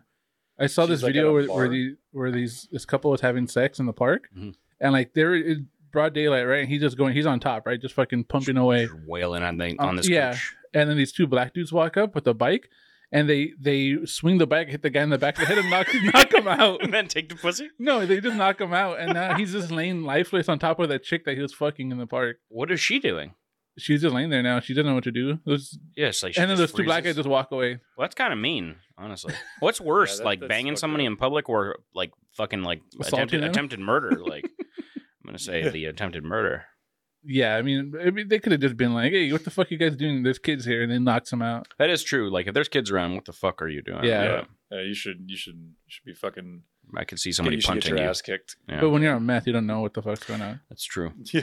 I saw this She's, like, at video a where, where bar. the where these this couple was having sex in the park, Mhm. and like they're in broad daylight, right? And he's just going, he's on top, right, just fucking pumping away. Just wailing on, the, Um, on this yeah. couch. And then these two black dudes walk up with a bike, and they they swing the bike, hit the guy in the back of the head, and knock knock him out. and then take the pussy. No, they just knock him out, and now he's just laying lifeless on top of that chick that he was fucking in the park. What is she doing? She's just laying there now. She doesn't know what to do. Those- Yes, like she and then just those two black guys freezes. just walk away. Well, that's kind of mean, honestly. What's worse, that- like that's banging fucked somebody up. in public or like fucking like Assaulting attempted, them? attempted murder? Like, I'm gonna say the attempted murder. Yeah, I mean, I mean they could have just been like, "Hey, what the fuck you guys doing? There's kids here," and then knocks him out. That is true. Like, if there's kids around, what the fuck are you doing? Yeah. Uh, you should you should you should be fucking. I could see somebody you should get punting your you. ass kicked. Yeah. But when you're on meth, you don't know what the fuck's going on. That's true. I was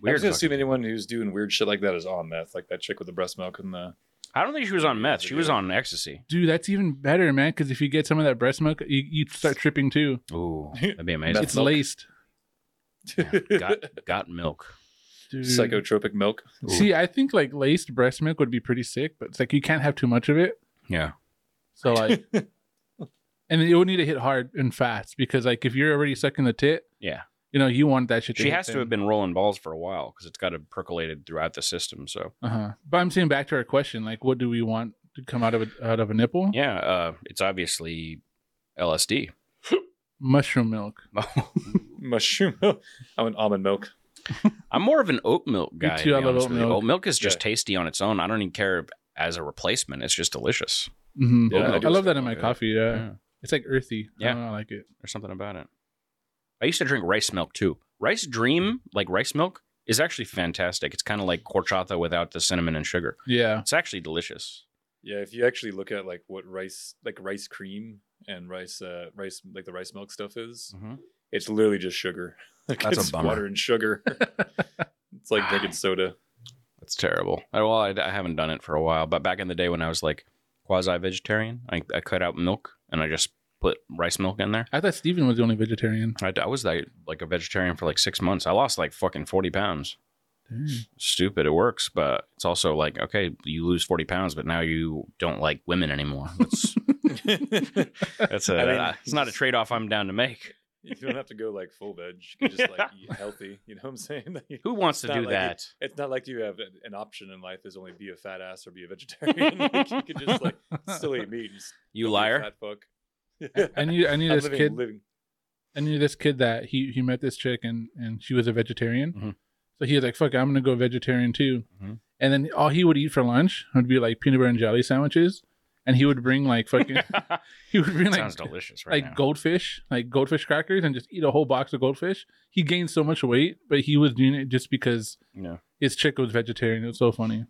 Weird. gonna assume fucking- anyone who's doing weird shit like that is on meth, like that chick with the breast milk and the. I don't think she was on meth. She was on ecstasy. Dude, that's even better, man. Because if you get some of that breast milk, you, you start tripping too. Ooh, that'd be amazing. Meth it's milk. laced, Yeah, got got milk. dude. Psychotropic milk. Ooh. See, I think like laced breast milk would be pretty sick, but it's like you can't have too much of it. Yeah. So like, and then you would need to hit hard and fast because like if you're already sucking the tit, Yeah. you know you want that shit. She has to have been rolling balls for a while because it's got to percolated throughout the system. So Uh huh. But I'm saying back to our question, like, what do we want to come out of a, out of a nipple? yeah, uh, it's obviously LSD. Mushroom milk. Mushroom. milk. I want almond milk. I'm more of an oat milk Me guy. too, to be I love honest oat with you. milk. Oat milk is just Yeah. tasty on its own. I don't even care if, as a replacement. It's just delicious. hmm Yeah, I, I do love like that in my milk, yeah. coffee. Yeah. Yeah. It's like earthy. Yeah. I, don't know, I like it. There's something about it. I used to drink rice milk too. Rice Dream, like rice milk, is actually fantastic. It's kind of like horchata without the cinnamon and sugar. Yeah. It's actually delicious. Yeah, if you actually look at like what rice, like rice cream and rice, uh, rice like the rice milk stuff is, Mm-hmm. it's literally just sugar. Like, That's a it's bummer. Water and sugar. it's like drinking soda. That's terrible. I- Well, I, I haven't done it for a while, but back in the day when I was like quasi vegetarian, I, I cut out milk and I just put rice milk in there. I thought Steven was the only vegetarian. I, I was like like a vegetarian for like six months. I lost like fucking forty pounds. Stupid, it works, but it's also like okay, you lose forty pounds, but now you don't like women anymore. That's that's a I mean- uh, it's not a trade off I'm down to make. you don't have to go like full veg. You can just like eat healthy. You know what I'm saying? Who wants to Not do like that? It's not like you have an an option in life is only be a fat ass or be a vegetarian. like, you could just like still eat meat. And still You be a liar. Fat fuck. I knew I knew I'm this living, kid. living. I knew this kid that he he met this chick and and she was a vegetarian. Mhm. So he was like, "Fuck, it, I'm gonna go vegetarian too." Mhm. And then all he would eat for lunch would be like peanut butter and jelly sandwiches, and he would bring like fucking he would bring like Sounds delicious right like now. goldfish, like goldfish crackers, and just eat a whole box of goldfish. He gained so much weight, but he was doing it just because Yeah. his chick was vegetarian. It was so funny.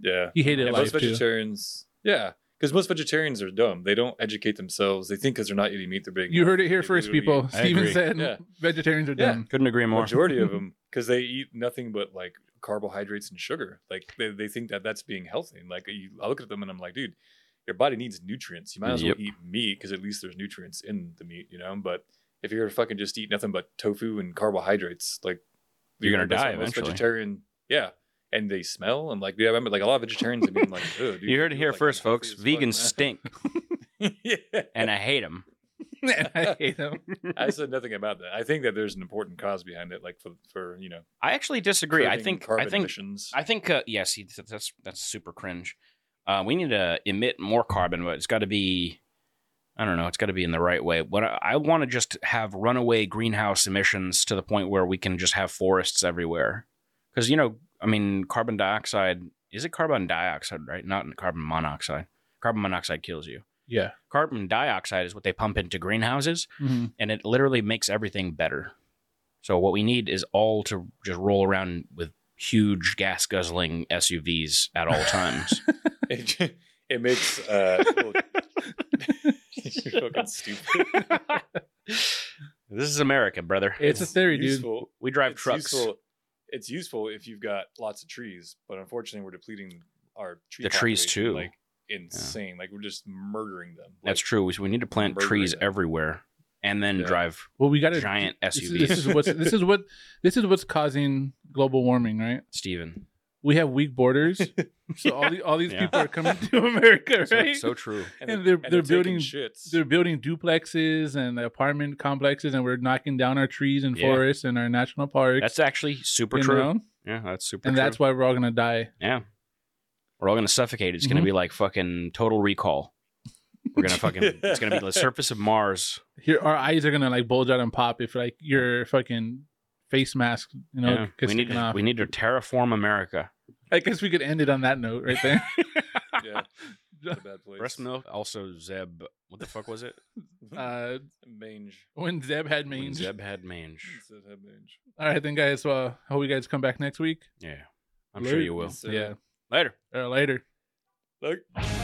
Yeah. He hated And life most too. vegetarians, yeah, because most vegetarians are dumb. They don't educate themselves. They think because they're not eating meat, they're big. You heard it here They first, literally- people. I Steven agree. said Yeah. vegetarians are Yeah. dumb. Couldn't agree more. majority of them because they eat nothing but like carbohydrates and sugar. Like they, they think that that's being healthy. And like you, I look at them and I'm like, dude, your body needs nutrients. You might as Yep. well eat meat because at least there's nutrients in the meat, you know. But if you're gonna fucking just eat nothing but tofu and carbohydrates, like You're gonna that's die why most eventually. Vegetarian, yeah. And they smell and like, yeah, I remember like a lot of vegetarians have been like, oh, dude, you heard it look here like first, unhealthy folks. as fuck, man." Vegans stink, yeah. and I hate them. I hate them. I said nothing about that. I think that there's an important cause behind it, like for for you know, I actually disagree. I curbing think carbon I think emissions. I think uh, yes, he- th- that's that's super cringe. Uh, we need to emit more carbon, but it's got to be, I don't know, it's got to be in the right way. What I, I want to just have runaway greenhouse emissions to the point where we can just have forests everywhere, because you know, I mean, carbon dioxide is it carbon dioxide, right? Not carbon monoxide. Carbon monoxide kills you. Yeah. Carbon dioxide is what they pump into greenhouses, Mhm. and it literally makes everything better. So what we need is all to just roll around with huge gas guzzling SUVs at all times. it, it makes uh well, you're fucking stupid this is America, brother. It's, a theory, dude. useful we drive it's trucks. useful it's useful if you've got lots of trees but unfortunately we're depleting our tree The trees, population, too. like insane like we're just murdering them That's Like, true. We, we need to plant murdering trees them. everywhere and then Yeah. drive Well, we got to giant This is, SUVs. this is what's this is what this is what's causing global warming, right? Steven. We have weak borders, so all the, all these Yeah. people are coming to America, So, right? so true. and they're- they're taking building- shits they're building duplexes and apartment complexes, and we're knocking down our trees and Yeah. forests and our national parks. That's actually super you true. know? Yeah, that's super and true. that's why we're all gonna die. yeah. We're all going to suffocate. It's going to Mhm. be like fucking total recall. We're going to fucking, it's going to be the surface of Mars. Here, our eyes are gonna like bulge out and pop if like your fucking face mask, you know, Yeah. gets We, need taken to, off. we need to terraform America. I guess we could end it on that note right there. yeah it's a bad place Breast milk, also Zeb. What the fuck was it? uh, mange when Zeb had When mange. Zeb had mange. Instead of mange. All right, then, guys. Well, I hope you guys come back next week. Yeah, I'm sure Later. you will. Yes, sir. Yeah, Later. or later. Like-